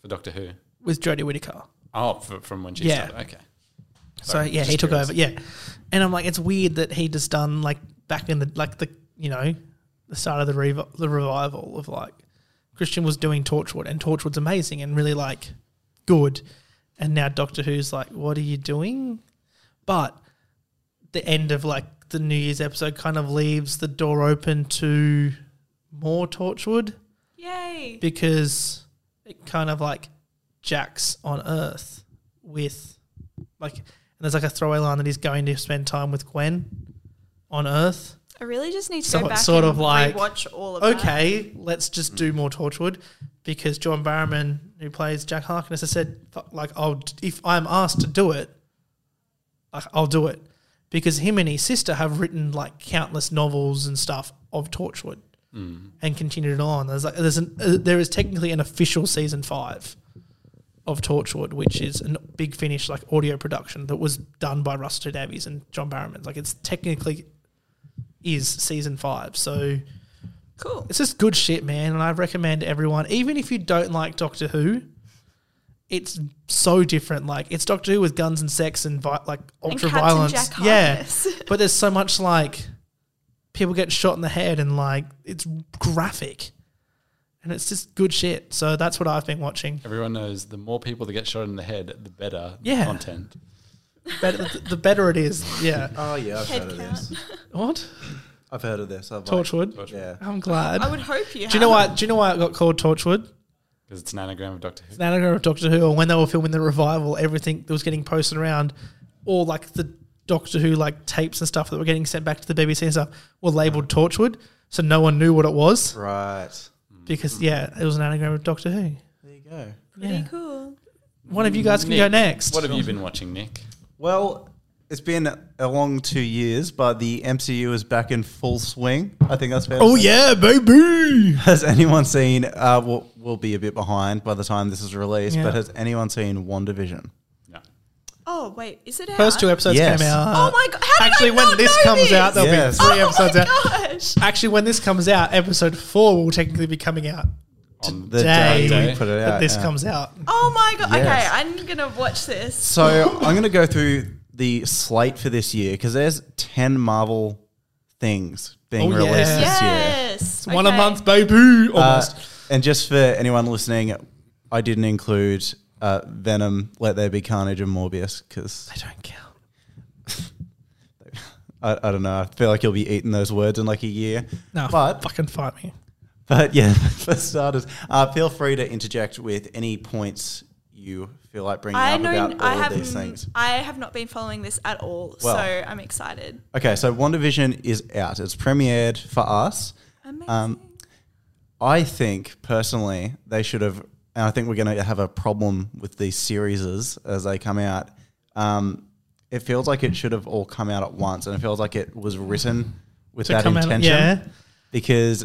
S4: for Doctor Who?
S1: with Jodie Whittaker.
S4: Oh, f from when she
S1: Yeah.
S4: started. Okay.
S1: So
S4: Sorry,
S1: yeah,
S4: just
S1: he took
S4: curious.
S1: over. Yeah, and I'm like, it's weird that he just done like back in the like the you know the start of the rev- the revival of like Christian was doing Torchwood and Torchwood's amazing and really like good, and now Doctor Who's like, what are you doing? But the end of like the New Year's episode kind of leaves the door open to more Torchwood
S2: Yay.
S1: because it kind of like jacks on Earth with like, and there's like a throwaway line that he's going to spend time with Gwen on Earth.
S2: I really just need to
S1: So
S2: go
S1: it's
S2: back
S1: sort
S2: and
S1: of like,
S2: rewatch all of that.
S1: Okay, let's just do more Torchwood because John Barrowman, who plays Jack Harkness, has said, "Fuck, like, I'll if I'm asked to do it, I- I'll do it because him and his sister have written like countless novels and stuff of Torchwood and continued it on. There's like there's an uh, there is technically an official season five of Torchwood, which is a big finish like audio production that was done by Russell T Davies and John Barrowman. Like it's technically is season five, so
S2: Cool.
S1: it's just good shit, man. And I recommend everyone, even if you don't like Doctor Who. It's so different. Like it's Doctor Who with guns and sex and vi- like ultra
S2: Captain
S1: violence.
S2: Jack
S1: yeah,
S2: Harkness.
S1: but there's so much like people get shot in the head and like it's graphic, and it's just good shit. So that's what I've been watching.
S4: Everyone knows the more people that get shot in the head, the better the
S1: Yeah.
S4: content.
S1: Better, the better it is. Yeah.
S3: Oh yeah, I've
S2: Head
S3: heard
S2: count.
S3: of this.
S1: What
S3: I've heard of this. I've like-
S1: Torchwood?
S3: yeah.
S1: I'm glad.
S2: I would hope you
S1: do you know why? Do you know why it got called Torchwood?
S4: Because it's an anagram of Doctor Who.
S1: an anagram of Doctor Who, or when they were filming the revival, everything that was getting posted around, all like the Doctor Who like tapes and stuff that were getting sent back to the BBC and stuff were labelled Torchwood, so no one knew what it was
S3: Right.
S1: because yeah, it was an anagram of Doctor Who.
S3: There you go.
S2: Pretty
S1: Yeah.
S2: cool.
S1: One of you guys can go
S4: Nick,
S1: next.
S4: What have you been watching, Nick?
S3: Well, it's been a long two years, but the MCU is back in full swing. I think that's fair. to
S1: Oh
S3: say.
S1: yeah, baby!
S3: Has anyone seen? Uh, we'll, we'll be a bit behind by the time this is released,
S1: Yeah.
S3: but has anyone seen WandaVision?
S4: No.
S2: Oh wait, is it out?
S1: First two episodes
S3: Yes.
S1: came out.
S2: Oh my god! How did
S1: Actually,
S2: I
S1: when
S2: not
S1: this
S2: know
S1: comes
S2: this?
S1: out, there'll
S3: Yes.
S1: be three
S2: oh
S1: episodes
S2: my
S1: out.
S2: gosh!
S1: Actually, when this comes out, episode four will technically be coming out.
S4: On
S3: The
S1: Day
S3: day we put it
S1: That
S3: out.
S1: this
S3: yeah.
S1: comes out.
S2: Oh my god!
S3: Yes.
S2: Okay, I'm gonna watch this.
S3: So I'm going to go through the slate for this year because there's ten Marvel things being
S1: Oh,
S3: released
S1: yes.
S3: this year.
S2: Yes,
S1: It's one a
S2: Okay.
S1: month, baby.
S3: Uh,
S1: Almost.
S3: and just for anyone listening, I didn't include uh, Venom, Let There Be Carnage, and Morbius because
S1: they don't count.
S3: I, I don't know. I feel like you'll be eating those words in like a year.
S1: No,
S3: But-
S1: fucking fight me.
S3: But yeah, for starters, uh, feel free to interject with any points you feel like bringing
S2: I
S3: up
S2: know.
S3: about all
S2: I
S3: of
S2: have.
S3: these things.
S2: I have not been following this at all,
S3: Well.
S2: so I'm excited.
S3: Okay, so WandaVision is out. It's premiered for us.
S2: Amazing.
S3: um, I think personally they should have, and I think we're going to have a problem with these series as they come out. Um, it feels like it should have all come out at once, and it feels like it was written with
S1: To
S3: that
S1: come out-
S3: intention.
S1: yeah.
S3: Because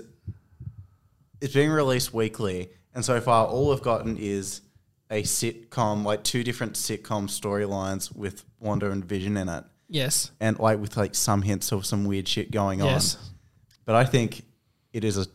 S3: it's being released weekly, and so far all we've gotten is a sitcom, like two different sitcom storylines with Wanda and Vision in it,
S1: Yes.
S3: and like with like some hints of some weird shit going
S1: Yes.
S3: on but I think it is a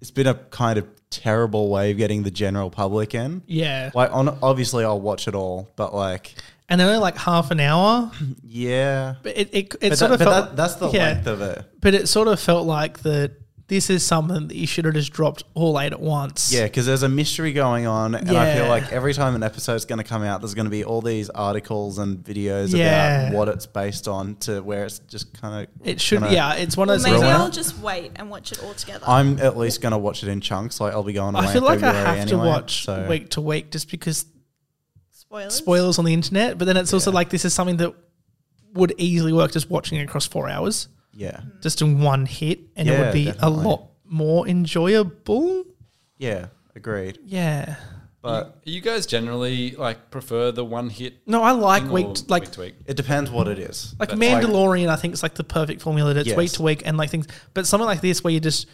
S3: it's been a kind of terrible way of getting the general public in.
S1: Yeah.
S3: Like on obviously I'll watch it all, but like
S1: And they're only like half an hour.
S3: yeah.
S1: But it, it, it
S3: But,
S1: sort
S3: that,
S1: of
S3: but
S1: felt
S3: that, that's the
S1: yeah.
S3: length of it.
S1: But it sort of felt like that this is something that you should have just dropped all eight at once.
S3: Yeah, because there's a mystery going on, and I feel
S1: Yeah.
S3: like every time an episode's going to come out, there's going to be all these articles and videos
S1: Yeah.
S3: about what it's based on to where it's just kind of.
S1: It should yeah, it's one
S2: Well,
S1: of those
S2: maybe
S1: things-
S3: Rowan?
S2: I'll just wait and watch it all together.
S3: I'm at least going to watch it in chunks. Like I'll be going away.
S1: I feel
S3: in
S1: like I
S3: February
S1: have to
S3: anyway,
S1: watch
S3: so-
S1: week to week just because
S2: Spoilers.
S1: spoilers on the internet, but then it's also like this is something that would easily work just watching it across four hours,
S3: Yeah,
S1: just in one hit, and it
S3: Yeah,
S1: would be
S3: definitely.
S1: a lot more enjoyable.
S3: yeah, agreed.
S1: Yeah.
S3: But
S4: you guys generally like prefer the one hit
S1: No, I like
S4: thing
S1: week
S4: or
S1: like
S4: week to week?
S3: it depends what it is.
S1: like
S4: That's
S1: Mandalorian. I think it's like the perfect formula. That it's
S3: Yes.
S1: week to week and like things. But something like this where you just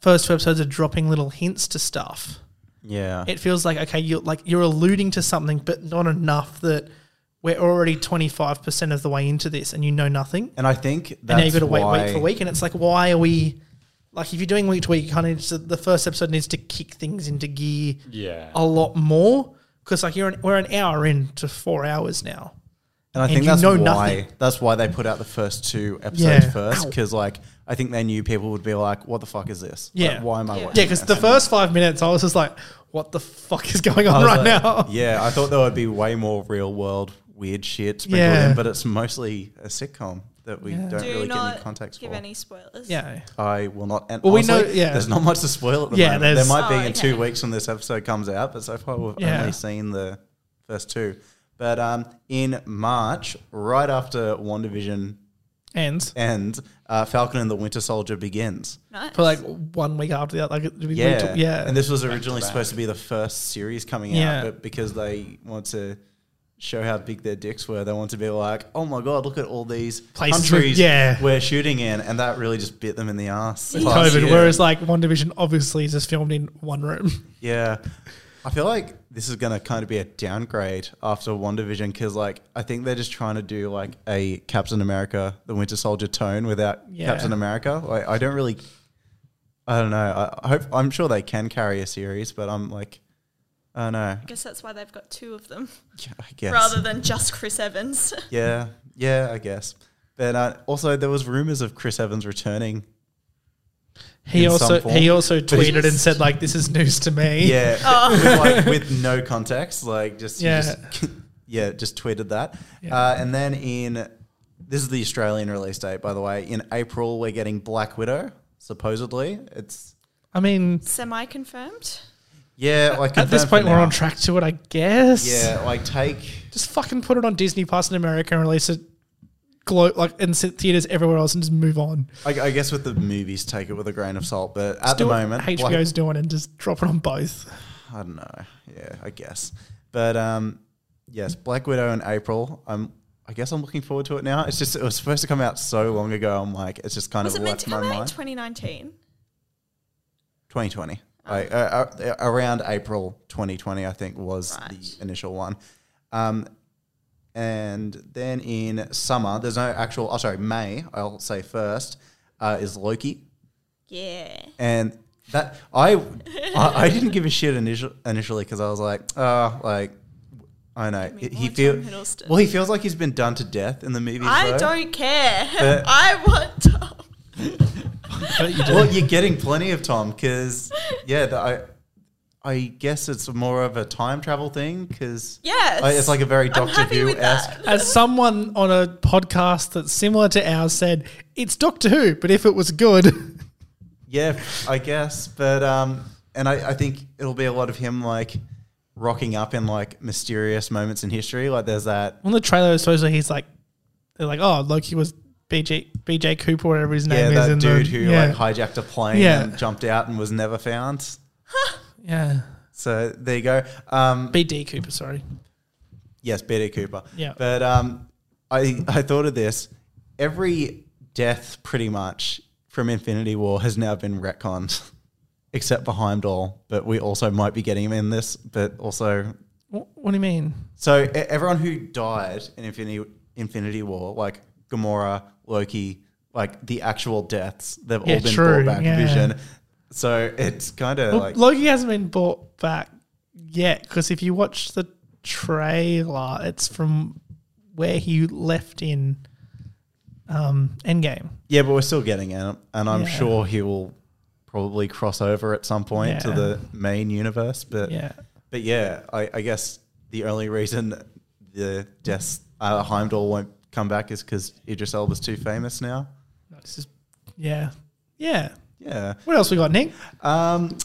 S1: first two episodes are dropping little hints to stuff.
S3: yeah.
S1: It feels like okay, you are like you're alluding to something, but not enough that we're already twenty five percent of the way into this, and you know nothing.
S3: and I think that's
S1: and now you've got to wait
S3: why,
S1: week for week, and it's like why are we? Like if you're doing week to week, you kind of just, the first episode needs to kick things into gear
S4: Yeah.
S1: a lot more because like you're an, we're an hour into four hours now.
S3: And I
S1: and
S3: think
S1: you
S3: that's
S1: know
S3: why
S1: nothing.
S3: that's why they put out the first two episodes
S1: Yeah.
S3: first
S1: Ow.
S3: because like I think they knew people would be like, "What the fuck is this? Like,
S1: Yeah.
S3: why am I
S2: Yeah.
S3: watching?"
S1: Yeah, because
S3: this?
S1: the first five minutes I was just like, what the fuck is going on
S3: I was
S1: right
S3: like,
S1: now?
S3: yeah, I thought there would be way more real world weird shit sprinkled
S1: Yeah.
S3: in, but it's mostly a sitcom that we
S1: Yeah.
S3: don't
S2: Do
S3: really get
S2: not
S3: any context
S2: give
S3: for.
S2: any spoilers.
S1: Yeah.
S3: I will not. And
S1: Well, we
S3: honestly,
S1: know- yeah.
S3: There's not much to spoil at the
S1: Yeah,
S3: moment. There
S1: there's-
S3: might be
S2: Oh,
S3: in
S2: okay.
S3: two weeks when this episode comes out, but so far we've
S1: Yeah.
S3: only seen the first two. But um, in March, right after WandaVision
S1: And
S3: ends, uh, Falcon and the Winter Soldier begins.
S2: Nice.
S1: for like one week after the other, like we- we
S3: Yeah.
S1: took- yeah.
S3: And this was originally supposed to be the first series coming
S1: Yeah.
S3: out, but because they want to show how big their dicks were, they want to be like, oh my God, look at all these
S1: Places
S3: countries
S1: with- yeah.
S3: we're shooting in. And that really just bit them in the ass.
S1: With
S3: last
S1: COVID,
S3: year.
S1: whereas like One Division obviously is just filmed in one room.
S3: Yeah. I feel like this is going to kind of be a downgrade after WandaVision because, like, I think they're just trying to do like a Captain America, the Winter Soldier tone without
S1: Yeah.
S3: Captain America. Like, I don't really, I don't know. I, I hope I'm sure they can carry a series, but I'm like, I don't know.
S2: I guess that's why they've got two of them
S3: Yeah, I guess.
S2: rather than just Chris Evans.
S3: Yeah, yeah, I guess. But uh, also, there was rumors of Chris Evans returning.
S1: He
S3: In
S1: also
S3: some form.
S1: he also tweeted and
S2: Just-
S1: said like this is news to me.
S3: Yeah, with, like, with no context, like just
S1: Yeah.
S3: yeah, just, yeah, just tweeted that.
S1: Yeah.
S3: Uh, and then in this is the Australian release date, by the way. In April, we're getting Black Widow. Supposedly, it's
S1: I mean
S2: Semi confirmed.
S3: yeah. Like
S1: at this
S3: confirmed for
S1: point we're
S3: now.
S1: on track to it, I guess.
S3: Yeah, like take
S1: Just fucking put it on Disney Plus in America and release it glo- like in s- theaters everywhere else and just move on.
S3: I, I guess with the movies, take it with a grain of salt. But at
S1: Do
S3: the
S1: what
S3: moment, Black-
S1: HBO's doing and just drop it on both.
S3: I don't know. Yeah, I guess. But um, yes, Black Widow in April. I'm. I guess I'm looking forward to it now. It's just it was supposed to come out so long ago. I'm like, it's just kind
S2: Was
S3: of
S2: it meant
S3: left
S2: to
S3: my
S2: come out in
S3: mind.
S2: 2019?
S3: 2020.
S2: Oh.
S3: Like, uh, uh, around April 2020, I think was
S2: Right.
S3: the initial one. Um, and then in summer, there's no actual. Oh, sorry, May. I'll say first uh, is Loki.
S2: Yeah.
S3: and that I I, I didn't give a shit initial, initially because I was like, ah, like I know
S2: me more
S3: he, he
S2: Tom
S3: feels
S2: Hiddleston.
S3: well. He feels like he's been done to death in the movies.
S2: I
S3: though.
S2: don't care.
S3: But-
S2: I want Tom.
S3: Well, you're getting plenty of Tom because yeah, the, I I guess it's more of a time travel thing because
S2: Yes.
S3: it's like a very
S2: I'm
S3: Doctor
S2: happy
S3: Who
S2: with
S3: esque.
S2: that.
S1: As someone on a podcast that's similar to ours said, it's Doctor Who, but if it was good,
S3: Yeah, I guess. But um, and I, I think it'll be a lot of him like rocking up in like mysterious moments in history. Like there's that
S1: on the trailer, supposedly he's like, they're like, oh, Loki was BJ BJ Cooper, whatever his
S3: Yeah,
S1: name is.
S3: that
S1: in
S3: dude
S1: the,
S3: who
S1: yeah,
S3: like hijacked a plane
S1: Yeah.
S3: and jumped out and was never found.
S1: yeah,
S3: So there you go. Um,
S1: BD Cooper, sorry.
S3: yes, Betty Cooper.
S1: Yeah.
S3: But um, I I thought of this. Every death, pretty much from Infinity War, has now been retconned, except for Heimdall. But we also might be getting him in this. But also,
S1: What, what do you mean?
S3: so e- everyone who died in Infinity Infinity War, like Gamora, Loki, like the actual deaths, they've
S1: Yeah,
S3: all been
S1: true,
S3: brought back.
S1: yeah.
S3: Vision. So it's kind of
S1: Well,
S3: like
S1: Loki hasn't been brought back yet because if you watch the trailer, it's from where he left in um, Endgame.
S3: Yeah, but we're still getting it, and I'm
S1: Yeah.
S3: sure he will probably cross over at some point to
S1: Yeah.
S3: the main universe. But
S1: Yeah.
S3: but yeah, I, I guess the only reason the death uh, Heimdall won't come back is because Idris Elba's too famous now.
S1: It's just, yeah. Yeah.
S3: Yeah.
S1: What else we got, Nick?
S3: Um,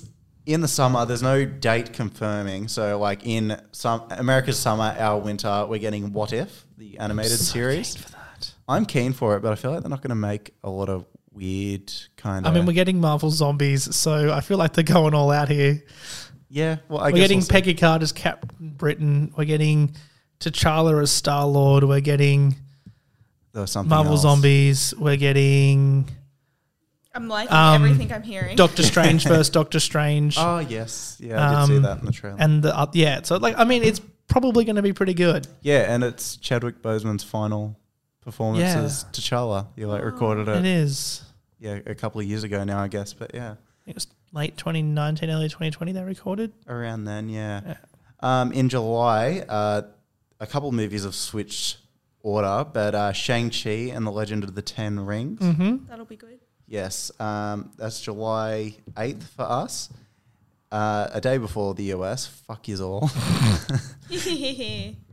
S3: in the summer, there's no date confirming. So like in some America's summer, our winter, we're getting What If, the animated series.
S1: for that.
S3: I'm keen for it, but I feel like they're not going to make a lot of weird kind
S1: I
S3: of.
S1: mean, we're getting Marvel zombies, so I feel like they're going all out here.
S3: Yeah, well, I
S1: We're
S3: guess
S1: getting
S3: we'll see.
S1: Peggy Carter as Captain Britain. We're getting T'Challa as Star Lord. We're getting
S3: There was something
S1: Marvel
S3: else.
S1: Zombies. We're getting
S2: I'm liking
S1: Um,
S2: everything I'm hearing.
S1: Doctor Strange versus Doctor Strange.
S3: Oh yes, yeah, I did see
S1: Um,
S3: that in the trailer.
S1: and the uh, yeah, so like I mean, it's probably going to be pretty good.
S3: yeah, and it's Chadwick Boseman's final performance as T'Challa. You like recorded
S1: It
S3: it,
S1: is.
S3: yeah, a couple of years ago now, I guess. But yeah,
S1: It was late 2019, early 2020 they recorded.
S3: around then, yeah. Um, in July, uh, a couple movies have switched order, but uh, Shang Chi and the Legend of the Ten Rings.
S1: Mm. Mm-hmm.
S2: That'll be good.
S3: Yes, um, that's July eighth for us. Uh, a day before the US. Fuck yous all.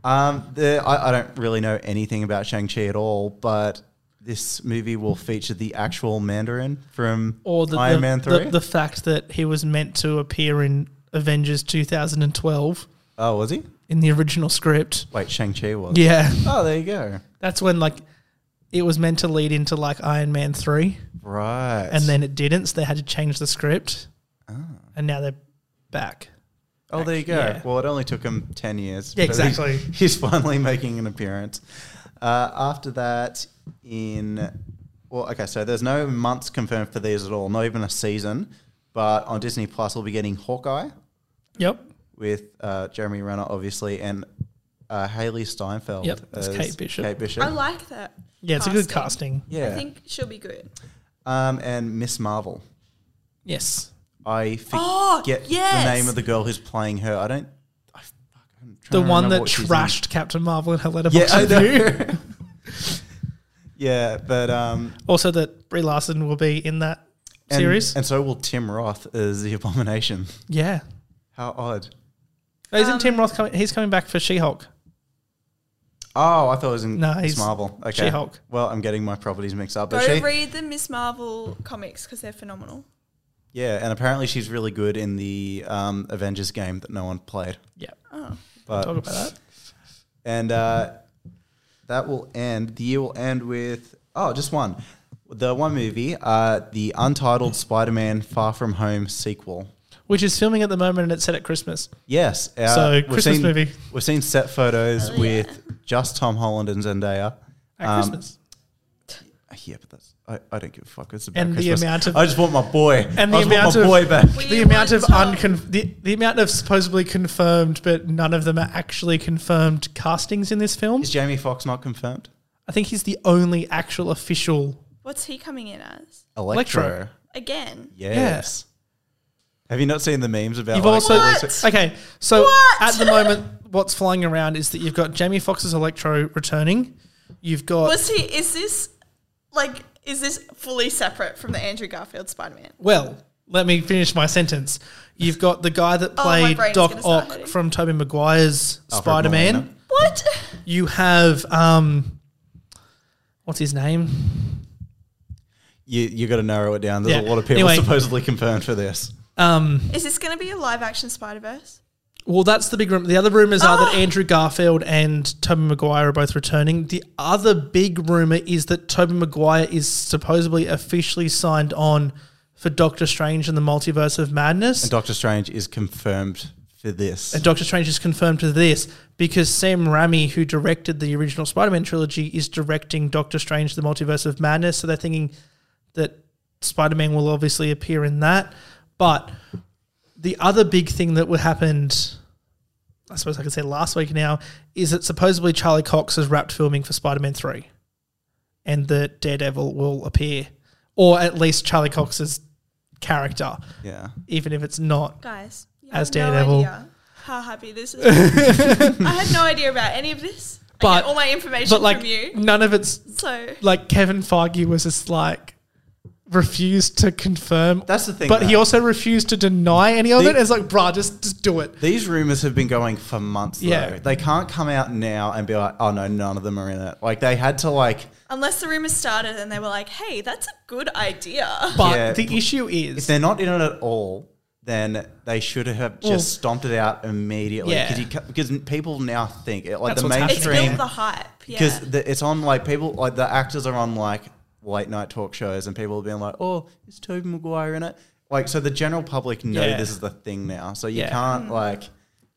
S3: Um, the, I, I don't really know anything about Shang-Chi at all, but this movie will feature the actual Mandarin from
S1: Or the,
S3: Iron
S1: the,
S3: Man
S1: the-
S3: 3.
S1: the fact that he was meant to appear in Avengers 2012
S3: oh, was he?
S1: in the original script.
S3: Wait, Shang-Chi was.
S1: Yeah,
S3: Oh, there you go.
S1: that's when like it was meant to lead into like Iron Man 3
S3: Right.
S1: and then it didn't, so they had to change the script.
S3: Ah.
S1: And now they're back.
S3: Oh, there you go.
S1: Yeah.
S3: Well, it only took him 10 years.
S1: Yeah,
S3: but he-
S1: exactly.
S3: he's finally making an appearance. Uh, after that, in. Well, okay, so there's no months confirmed for these at all, not even a season. But on Disney Plus, we'll be getting Hawkeye
S1: Yep.
S3: with uh, Jeremy Renner, obviously, and uh, Haley Steinfeld.
S1: Yep, that's Kate Bishop.
S3: Kate Bishop.
S2: I like that.
S1: Yeah, it's a good casting.
S3: yeah.
S2: I think she'll be good.
S3: um, and Miss Marvel.
S1: Yes.
S3: I forget
S2: Oh,
S3: the
S2: yes.
S3: name of the girl who's playing her. I don't. I, fuck, I'm
S1: The
S3: trying to
S1: one
S3: remember
S1: that
S3: what she's in.
S1: trashed Captain Marvel in her letterbox
S3: Yeah, I
S1: review.
S3: know. yeah, but um,
S1: Also, that Brie Larson will be in that
S3: and,
S1: series.
S3: and so will Tim Roth as the Abomination.
S1: yeah. Oh,
S3: How odd!
S1: Isn't Tim Roth coming? He's coming back for She Hulk.
S3: Oh, I thought it was in
S1: No,
S3: Miss
S1: he's
S3: Marvel. Okay,
S1: She-Hulk.
S3: Well, I'm getting my properties mixed up.
S2: Go
S3: But she,
S2: read the Miss Marvel comics because they're phenomenal.
S3: yeah, and apparently she's really good in the um, Avengers game that no one played.
S1: Yeah.
S3: But
S1: Talk about that.
S3: And uh, that will end. The year will end with oh, just one. The one movie, uh, the untitled Spider-Man Far From Home sequel.
S1: Which is filming at the moment and it's set at Christmas.
S3: Yes, uh,
S1: So,
S3: we've
S1: Christmas
S3: seen-
S1: movie.
S3: We've seen set photos with just Tom Holland and Zendaya.
S1: At
S3: Um,
S1: Christmas.
S3: Yeah, but that's I, I don't give a fuck. It's about
S1: And the
S3: Christmas.
S1: amount of-
S3: I just want my boy.
S1: And
S3: I
S1: the
S3: just want
S1: amount
S3: my
S1: of-
S3: boy back.
S2: We
S1: The amount of
S2: want Tom.
S1: uncon- the, the amount of supposedly confirmed, but none of them are actually confirmed castings in this film.
S3: Is Jamie Foxx not confirmed?
S1: I think he's the only actual official.
S2: What's he coming in as?
S1: Electro.
S2: Again.
S3: Yes. Have you not seen the memes about?
S1: You've
S3: like,
S1: also
S2: What?
S1: okay. So
S2: What?
S1: at the moment, what's flying around is that you've got Jamie Foxx's Electro returning. You've got
S2: Was he? Is this like? Is this fully separate from the Andrew Garfield Spider Man?
S1: Well, let me finish my sentence. You've got the guy that
S2: Oh, my
S1: played
S2: brain's
S1: Doc
S2: gonna start
S1: Ock
S2: hurting.
S1: from Tobey Maguire's
S3: Alfred
S1: Spider
S3: Molina.
S1: Man.
S2: What?
S1: You have um, what's his name?
S3: you you got to narrow it down. There's a
S1: Yeah.
S3: lot of people
S1: Anyway.
S3: supposedly confirmed for this.
S1: Um,
S2: Is this going to be a live action Spider Verse?
S1: well, that's the big rumor. The other rumors are that
S2: Oh.
S1: Andrew Garfield and Tobey Maguire are both returning. The other big rumor is that Tobey Maguire is supposedly officially signed on for Doctor Strange and the Multiverse of Madness.
S3: And Doctor Strange is confirmed for this.
S1: And Doctor Strange is confirmed to this because Sam Raimi, who directed the original Spider Man trilogy, is directing Doctor Strange, The Multiverse of Madness. So they're thinking that Spider Man will obviously appear in that. But the other big thing that would happened, I suppose I could say last week now, is that supposedly Charlie Cox has wrapped filming for Spider Man 3 and that Daredevil will appear, or at least Charlie Cox's character,
S3: yeah.
S1: even if it's not.
S2: Guys, you
S1: As
S2: have no
S1: Daredevil.
S2: idea how happy this is. I had no idea about any of this. I
S1: But-
S2: get all my information
S1: But like
S2: from you.
S1: none of it's
S2: So
S1: like Kevin Feige was just like refused to confirm,
S3: That's the thing.
S1: but he
S3: though.
S1: also refused to deny any of
S3: The-
S1: it. It's like, bruh, just just do it.
S3: These rumors have been going for months. Yeah,
S1: Yeah.
S3: they can't come out now and be like, "Oh no, none of them are in it." Like they had to like
S2: unless the rumors started and they were like, "Hey, that's a good idea."
S1: But
S3: Yeah.
S1: the issue
S3: if
S1: is,
S3: they're not in it at all, then they should have just
S1: Well-
S3: stomped it out immediately.
S1: Yeah.
S3: Because people now think it, like
S1: That's
S3: the
S1: what's happening.
S2: It's built
S3: mainstream
S2: the hype. Yeah.
S3: because the, it's on like people like the actors are on like late night talk shows and people are being like, "Oh, is Tobey Maguire in it?" like so the general public know
S1: Yeah.
S3: this is the thing now. So you
S1: Yeah. Mm.
S3: can't like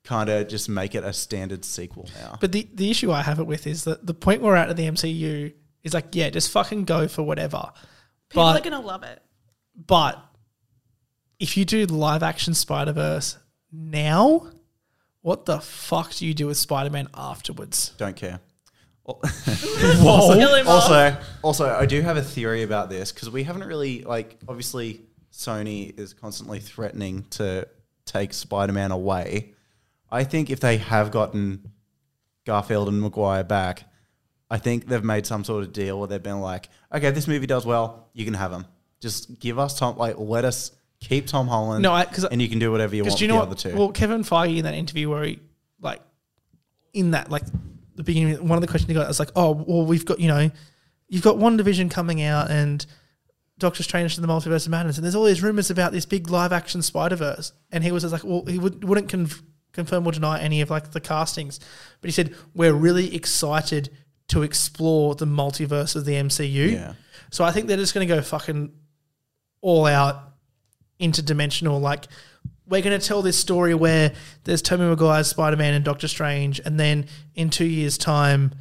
S3: kind of just make it a standard sequel now.
S1: But the, the issue I have it with is that the point we're at at the MCU is like, yeah, just fucking go for whatever.
S2: People
S1: but
S2: are gonna love it.
S1: but if you do live action Spider Verse now, what the fuck do you do with Spider Man afterwards?
S3: Don't care.
S1: Whoa.
S3: also, also, I do have a theory about this because we haven't really like. Obviously, Sony is constantly threatening to take Spider-Man away. I think if they have gotten Garfield and Maguire back, I think they've made some sort of deal where they've been like, okay, this movie does well, you can have him. Just give us Tom, like, let us keep Tom Holland.
S1: No, I- 'cause-
S3: and you can do whatever you
S1: Because
S3: want.
S1: do you know
S3: with
S1: what?
S3: the other two.
S1: Well, Kevin Feige in that interview where he like in that like the beginning, one of the questions he got was like, "Oh, well, we've got you know, you've got one division coming out and Doctor Strange to the Multiverse of Madness, and there's all these rumors about this big live action Spider Verse." And he was just like, "Well, he would, wouldn't conf- confirm or deny any of like the castings, but he said we're really excited to explore the multiverse of the MCU."
S3: Yeah.
S1: So I think they're just going to go fucking all out interdimensional. Like we're going to tell this story where there's Tobey Maguire, Spider Man, and Doctor Strange, and then in two years' time,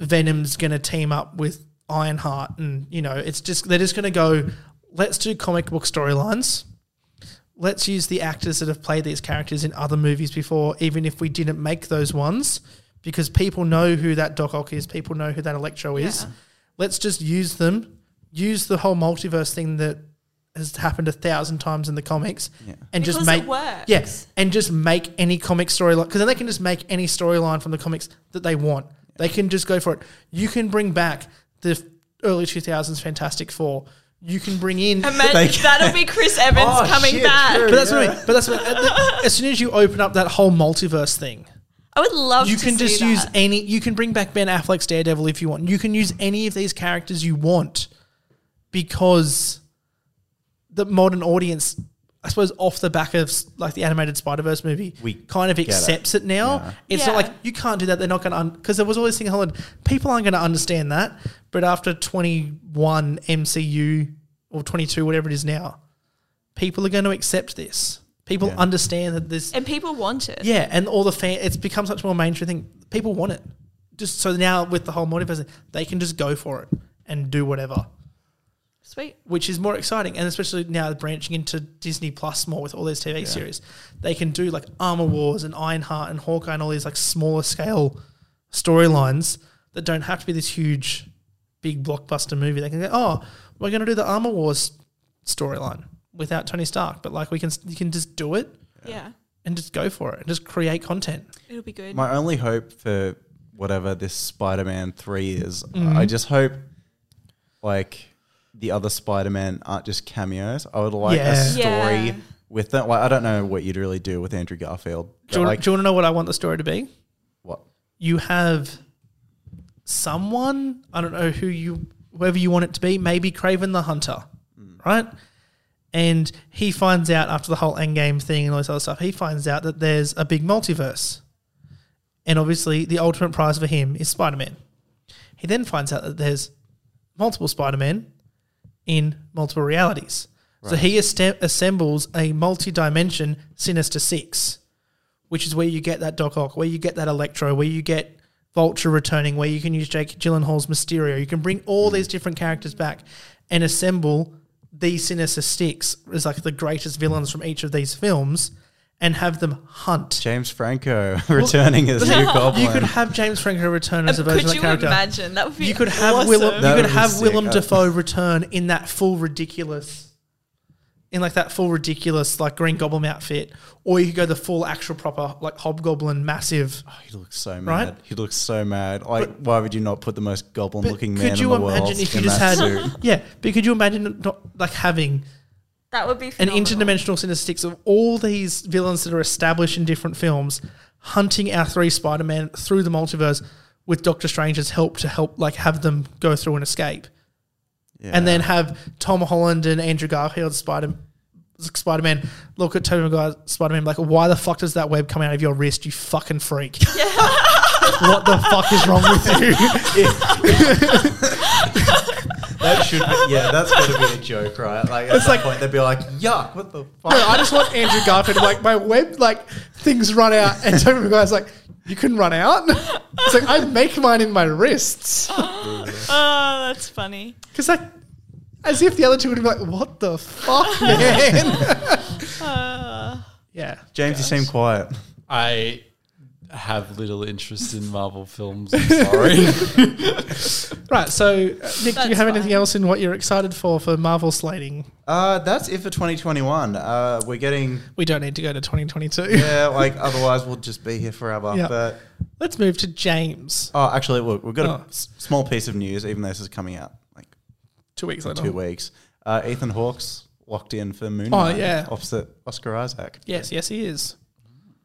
S1: Venom's going to team up with Ironheart, and you know, it's just they're just going to go. Let's do comic book storylines. Let's use the actors that have played these characters in other movies before, even if we didn't make those ones, because people know who that Doc Ock is, people know who that Electro is.
S2: Yeah.
S1: Let's just use them, use the whole multiverse thing that has happened a thousand times in the comics, and just
S2: Because
S1: make
S2: it works.
S1: Yes, and just make any comic storyline because then they can just make any storyline from the comics that they want. They can just go for it. You can bring back the f- early two thousands Fantastic Four. You can bring in,
S3: They
S2: Imagine,
S3: can-
S2: that'll be Chris Evans
S3: Oh,
S2: coming
S3: shit,
S2: back.
S3: true.
S1: but that's what I mean. But that's what, as soon as you open up that whole multiverse thing,
S2: I would love
S1: you
S2: to
S1: can
S2: see
S1: just use
S2: that.
S1: any. You can bring back Ben Affleck's Daredevil if you want. You can use any of these characters you want because the modern audience, I suppose, off the back of like the animated Spider Verse movie,
S3: We
S1: kind of
S3: get it.
S1: accepts it, now.
S3: Yeah.
S1: It's
S2: Yeah.
S1: not like you can't do that. They're not going to because there was always thing. Holland, people aren't going to understand that. But after twenty one MCU or twenty two, whatever it is now, people are going to accept this. People
S3: Yeah.
S1: understand that this
S2: and people want it.
S1: yeah, and all the fan, it's become such a more mainstream thing. People want it. Just so now with the whole multiverse, they can just go for it and do whatever,
S2: Sweet.
S1: which is more exciting. And especially now branching into Disney Plus more with all these TV series, they can do like Armor Wars and Ironheart and Hawkeye and all these like smaller scale storylines that don't have to be this huge, big blockbuster movie. They can go, oh, we're going to do the Armor Wars storyline without Tony Stark, but like we can you can just do it
S2: Yeah.
S1: and just go for it and just create content.
S2: It'll be good.
S3: My only hope for whatever this Spider-Man three is,
S1: Mm-hmm.
S3: I just hope like the other Spider-Man aren't just cameos. I would like
S1: Yeah.
S3: a story
S2: Yeah.
S3: with them. Like I don't know what you'd really do with Andrew Garfield. but,
S1: Do you,
S3: like
S1: do you want to know what I want the story to be?
S3: what?
S1: You have someone, I don't know who you, whoever you want it to be, maybe Craven the Hunter, right? And he finds out after the whole Endgame thing and all this other stuff, he finds out that there's a big multiverse. And obviously, the ultimate prize for him is Spider Man. He then finds out that there's multiple Spider Men in multiple realities. So he este- assembles a multi dimension Sinister Six which is where you get that Doc Ock, where you get that Electro, where you get Vulture returning, where you can use Jake Gyllenhaal's Mysterio. You can bring all these different characters back and assemble the Sinister Six as like the greatest villains from each of these films and have them hunt.
S3: James Franco returning as new Goblin.
S1: You could have James Franco return as a version
S2: Um, could
S1: of
S2: you
S1: that character.
S2: imagine? That would be
S1: You could have
S2: awesome.
S1: Willem.
S3: That
S1: you
S3: would
S1: could
S3: be
S1: have
S3: sick.
S1: Willem
S3: Uh,
S1: Dafoe return in that full ridiculous, in like that full ridiculous like Green Goblin outfit, or you could go the full actual proper like Hobgoblin massive.
S3: Oh, he looks so mad.
S1: Right?
S3: He looks so mad. Like, why would you not put the most goblin-looking man
S1: could you
S3: in the
S1: imagine
S3: world
S1: if you
S3: in
S1: just had
S3: that suit?
S1: yeah? But could you imagine not like having
S2: that would be
S1: an
S2: phenomenal.
S1: interdimensional sinistics of all these villains that are established in different films hunting our three Spider-Man through the multiverse with Doctor Strange's help to help like have them go through and escape, and then have Tom Holland and Andrew Garfield Spider. Spider-Man, look at Tobey Maguire. Spider-Man, like, why the fuck does that web come out of your wrist? You fucking freak! what the fuck is wrong with you?
S3: That should be, yeah, that's got to be a joke, right? Like at
S1: It's
S3: some
S1: like-
S3: point they'd be like, "Yuck, what the fuck?"
S1: No, I just want Andrew Garfield like my web like things run out, and Toby Maguire's like, "You can run out." It's like I make mine in my wrists
S2: Oh, that's funny.
S1: because like, as if the other two would be like, "What the fuck, man?"
S2: Uh,
S1: yeah,
S3: James, you seem quiet.
S4: I have little interest in Marvel films. I'm sorry.
S1: right. So, uh, Nick, do you
S2: That's
S1: have anything
S2: fine.
S1: else in what you're excited for for Marvel slating?
S3: Uh, that's it for 2021. Uh, we're getting
S1: We don't need to go to 2022.
S3: yeah, like otherwise we'll just be here forever.
S1: Yeah.
S3: But
S1: Let's move to James.
S3: oh, actually, look, we've got
S1: Oh.
S3: a s- small piece of news, even though this is coming out like
S1: Two weeks later.
S3: two weeks. Uh, Ethan Hawke's locked in for Moon
S1: Oh,
S3: Knight
S1: yeah.
S3: opposite Oscar Isaac.
S1: Yes, yes, he is.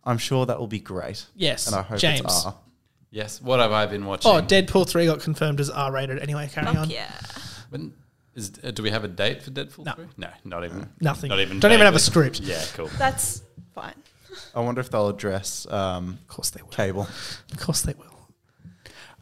S3: I'm sure that will be great.
S1: Yes,
S3: and I hope
S1: James.
S3: it's R.
S4: yes. What have I been watching?
S1: Oh, Deadpool three got confirmed as R rated. Anyway, carry
S2: fuck
S1: on.
S2: yeah.
S4: When- is- uh, do we have a date for Deadpool
S1: No.
S4: 3? No, not even.
S1: Nothing.
S4: Not even
S1: Don't even have a
S4: vaguely.
S1: script.
S4: Yeah, cool.
S2: That's fine.
S3: I wonder if they'll address um,
S1: Of course they will.
S3: Cable.
S1: Of course they will.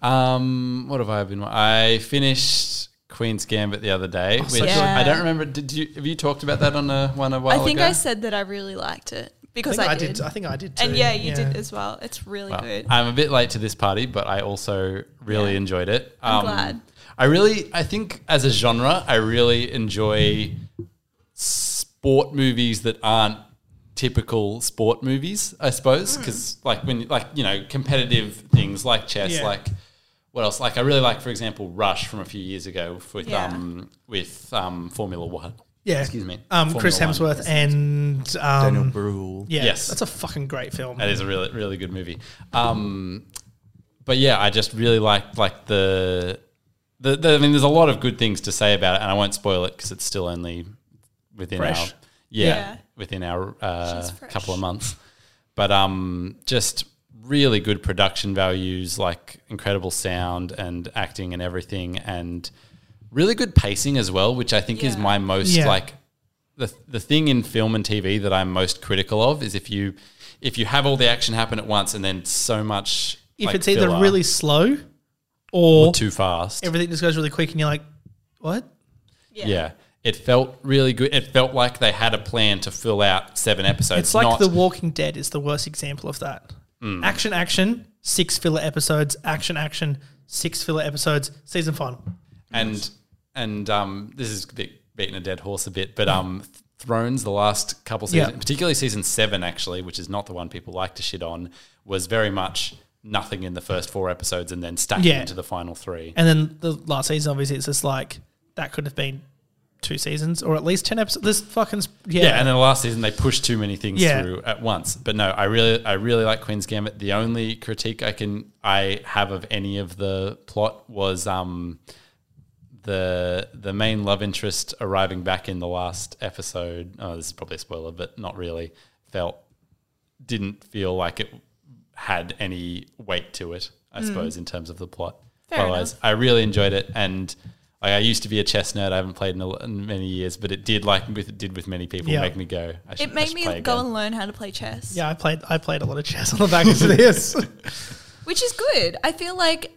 S4: Um, what have I been? wa- I finished Queen's Gambit the other day,
S1: Oh,
S4: which
S2: good.
S4: I don't remember. Did you have you talked about that on a one a
S2: I
S4: while
S2: think
S4: ago?
S2: I said that I really liked it
S1: I
S2: because
S1: think
S2: I,
S1: I
S2: did.
S1: did. I think I did. Too.
S2: and yeah, you did as well. It's really
S4: Well,
S2: good.
S4: I'm a bit late to this party, but I also really enjoyed it. Um,
S2: I'm glad.
S4: I really, I think as a genre, I really enjoy sport movies that aren't typical sport movies. I suppose
S2: Hmm.
S4: because like when like you know competitive things like chess,
S1: Yeah.
S4: like what else? Like I really like, for example, Rush from a few years ago with
S2: Yeah.
S4: um with um Formula One.
S1: Yeah.
S4: Excuse me.
S1: Um,
S4: Formula
S1: Chris
S4: One.
S1: Hemsworth and um,
S3: Daniel Brule.
S1: yeah,
S4: Yes.
S1: that's a fucking great film.
S4: That is a really really good movie. Um, but yeah, I just really liked like the, the the I mean, there's a lot of good things to say about it, and I won't spoil it because it's still only within our
S1: Fresh.
S4: yeah,
S2: Yeah.
S4: within our uh,
S2: She's fresh.
S4: couple of months. But um, just really good production values, like incredible sound and acting and everything, and really good pacing as well, which I think is
S2: Yeah.
S4: my most
S1: Yeah.
S4: like the the thing in film and TV that I'm most critical of is if you if you have all the action happen at once and then so much
S1: If
S4: like,
S1: it's either
S4: filler
S1: really slow or,
S4: too fast,
S1: everything just goes really quick, and you're like, what?
S4: yeah. It felt really good. It felt like they had a plan to fill out seven episodes.
S1: It's like
S4: not- Hmm.
S1: The Walking Dead is the worst example of that. Action, action, six filler episodes. Action, action, six filler episodes. Season final.
S4: and and um, this is a bit beating a dead horse a bit, but um, Thrones the last couple seasons,
S1: Yeah.
S4: particularly season seven actually, which is not the one people like to shit on, was very much nothing in the first four episodes and then stacking
S1: Yeah.
S4: into the final three.
S1: And then the last season, obviously, it's just like that could have been two seasons or at least ten episodes. This fucking s- yeah,
S4: Yeah, and then last season they pushed too many things
S1: Yeah.
S4: through at once. But no, I really, I really like Queen's Gambit. The only critique I can I have of any of the plot was um, the the main love interest arriving back in the last episode. Oh, this is probably a spoiler, but not really. Felt didn't feel like it had any weight to it. I suppose in terms of the plot.
S2: Fair
S4: Otherwise, I really enjoyed it and. Like I used to be a chess nerd. I haven't played in, a, in many years, but it did like with, it did with many people
S1: Yeah.
S4: make me go. I should,
S2: It
S4: I
S2: made
S4: should
S2: me
S4: play
S2: go
S4: again.
S2: and learn how to play chess,
S1: yeah. I played I played a lot of chess on the back of this.
S2: which is good. I feel like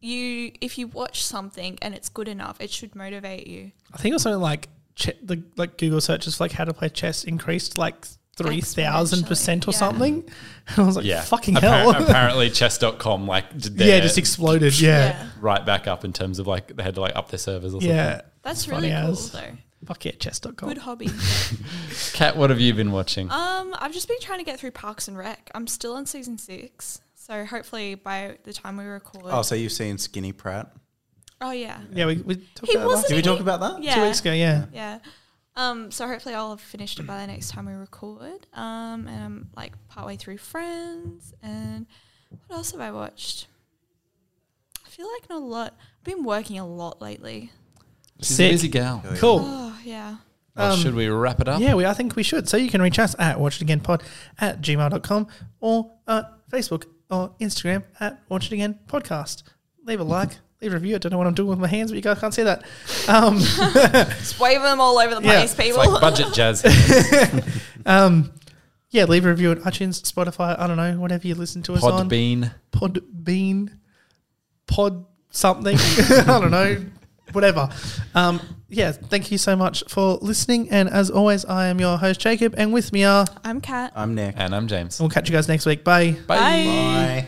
S2: you, if you watch something and it's good enough, it should motivate you.
S1: I think it was something like che- the like Google searches for like how to play chess increased like three thousand percent or
S2: Exponentially, yeah.
S1: something, and I was like,
S4: Yeah,
S1: "Fucking
S4: Appar-
S1: hell!"
S4: apparently, chess.com like did their,
S1: yeah, it just exploded. Yeah,
S2: Yeah.
S4: right back up in terms of like they had to like up their servers or
S1: yeah.
S2: That's
S1: Funny
S2: really cool,
S1: as.
S2: though.
S1: Fuck yeah, chess.com.
S2: Good hobby.
S4: something. Kat, what have you been watching?
S2: um, I've just been trying to get through Parks and Rec. I'm still on season six, so hopefully by the time we record,
S3: Oh,
S2: oh,
S3: so you've seen Skinny Pratt?
S2: yeah,
S1: Yeah, we, we talked
S2: he
S1: about
S2: wasn't.
S1: it
S3: Did we talk
S2: in-
S3: about that?
S2: Yeah,
S1: two weeks ago. Yeah,
S2: Yeah. Um, so hopefully I'll have finished it by the next time we record. Um, and I'm like partway through Friends. And what else have I watched? I feel like not a lot. I've been working a lot lately.
S4: She's
S1: sick.
S4: a busy gal.
S1: cool.
S2: Oh yeah.
S4: Well,
S1: Um,
S4: should we wrap it up?
S1: Yeah, we. I think we should. So you can reach us at watch it again pod at gmail.com or at Facebook or Instagram at watch it again podcast. Leave a like, leave a review. I don't know what I'm doing with my hands, but you guys can't see that. Um,
S2: Just wave them all over the
S1: Yeah.
S2: place,
S4: It's
S2: people.
S4: like budget jazz.
S1: yeah, leave a review at iTunes, Spotify. I don't know, whatever you listen to us on.
S4: Podbean.
S1: Podbean, pod something. I don't know. whatever. Um, yeah, thank you so much for listening. And as always, I am your host, Jacob, and with me are, and
S2: I'm Kat.
S3: I'm Nick.
S1: Oh,
S4: And I'm James.
S1: we'll catch you guys next week. Bye.
S2: Bye.
S3: Bye.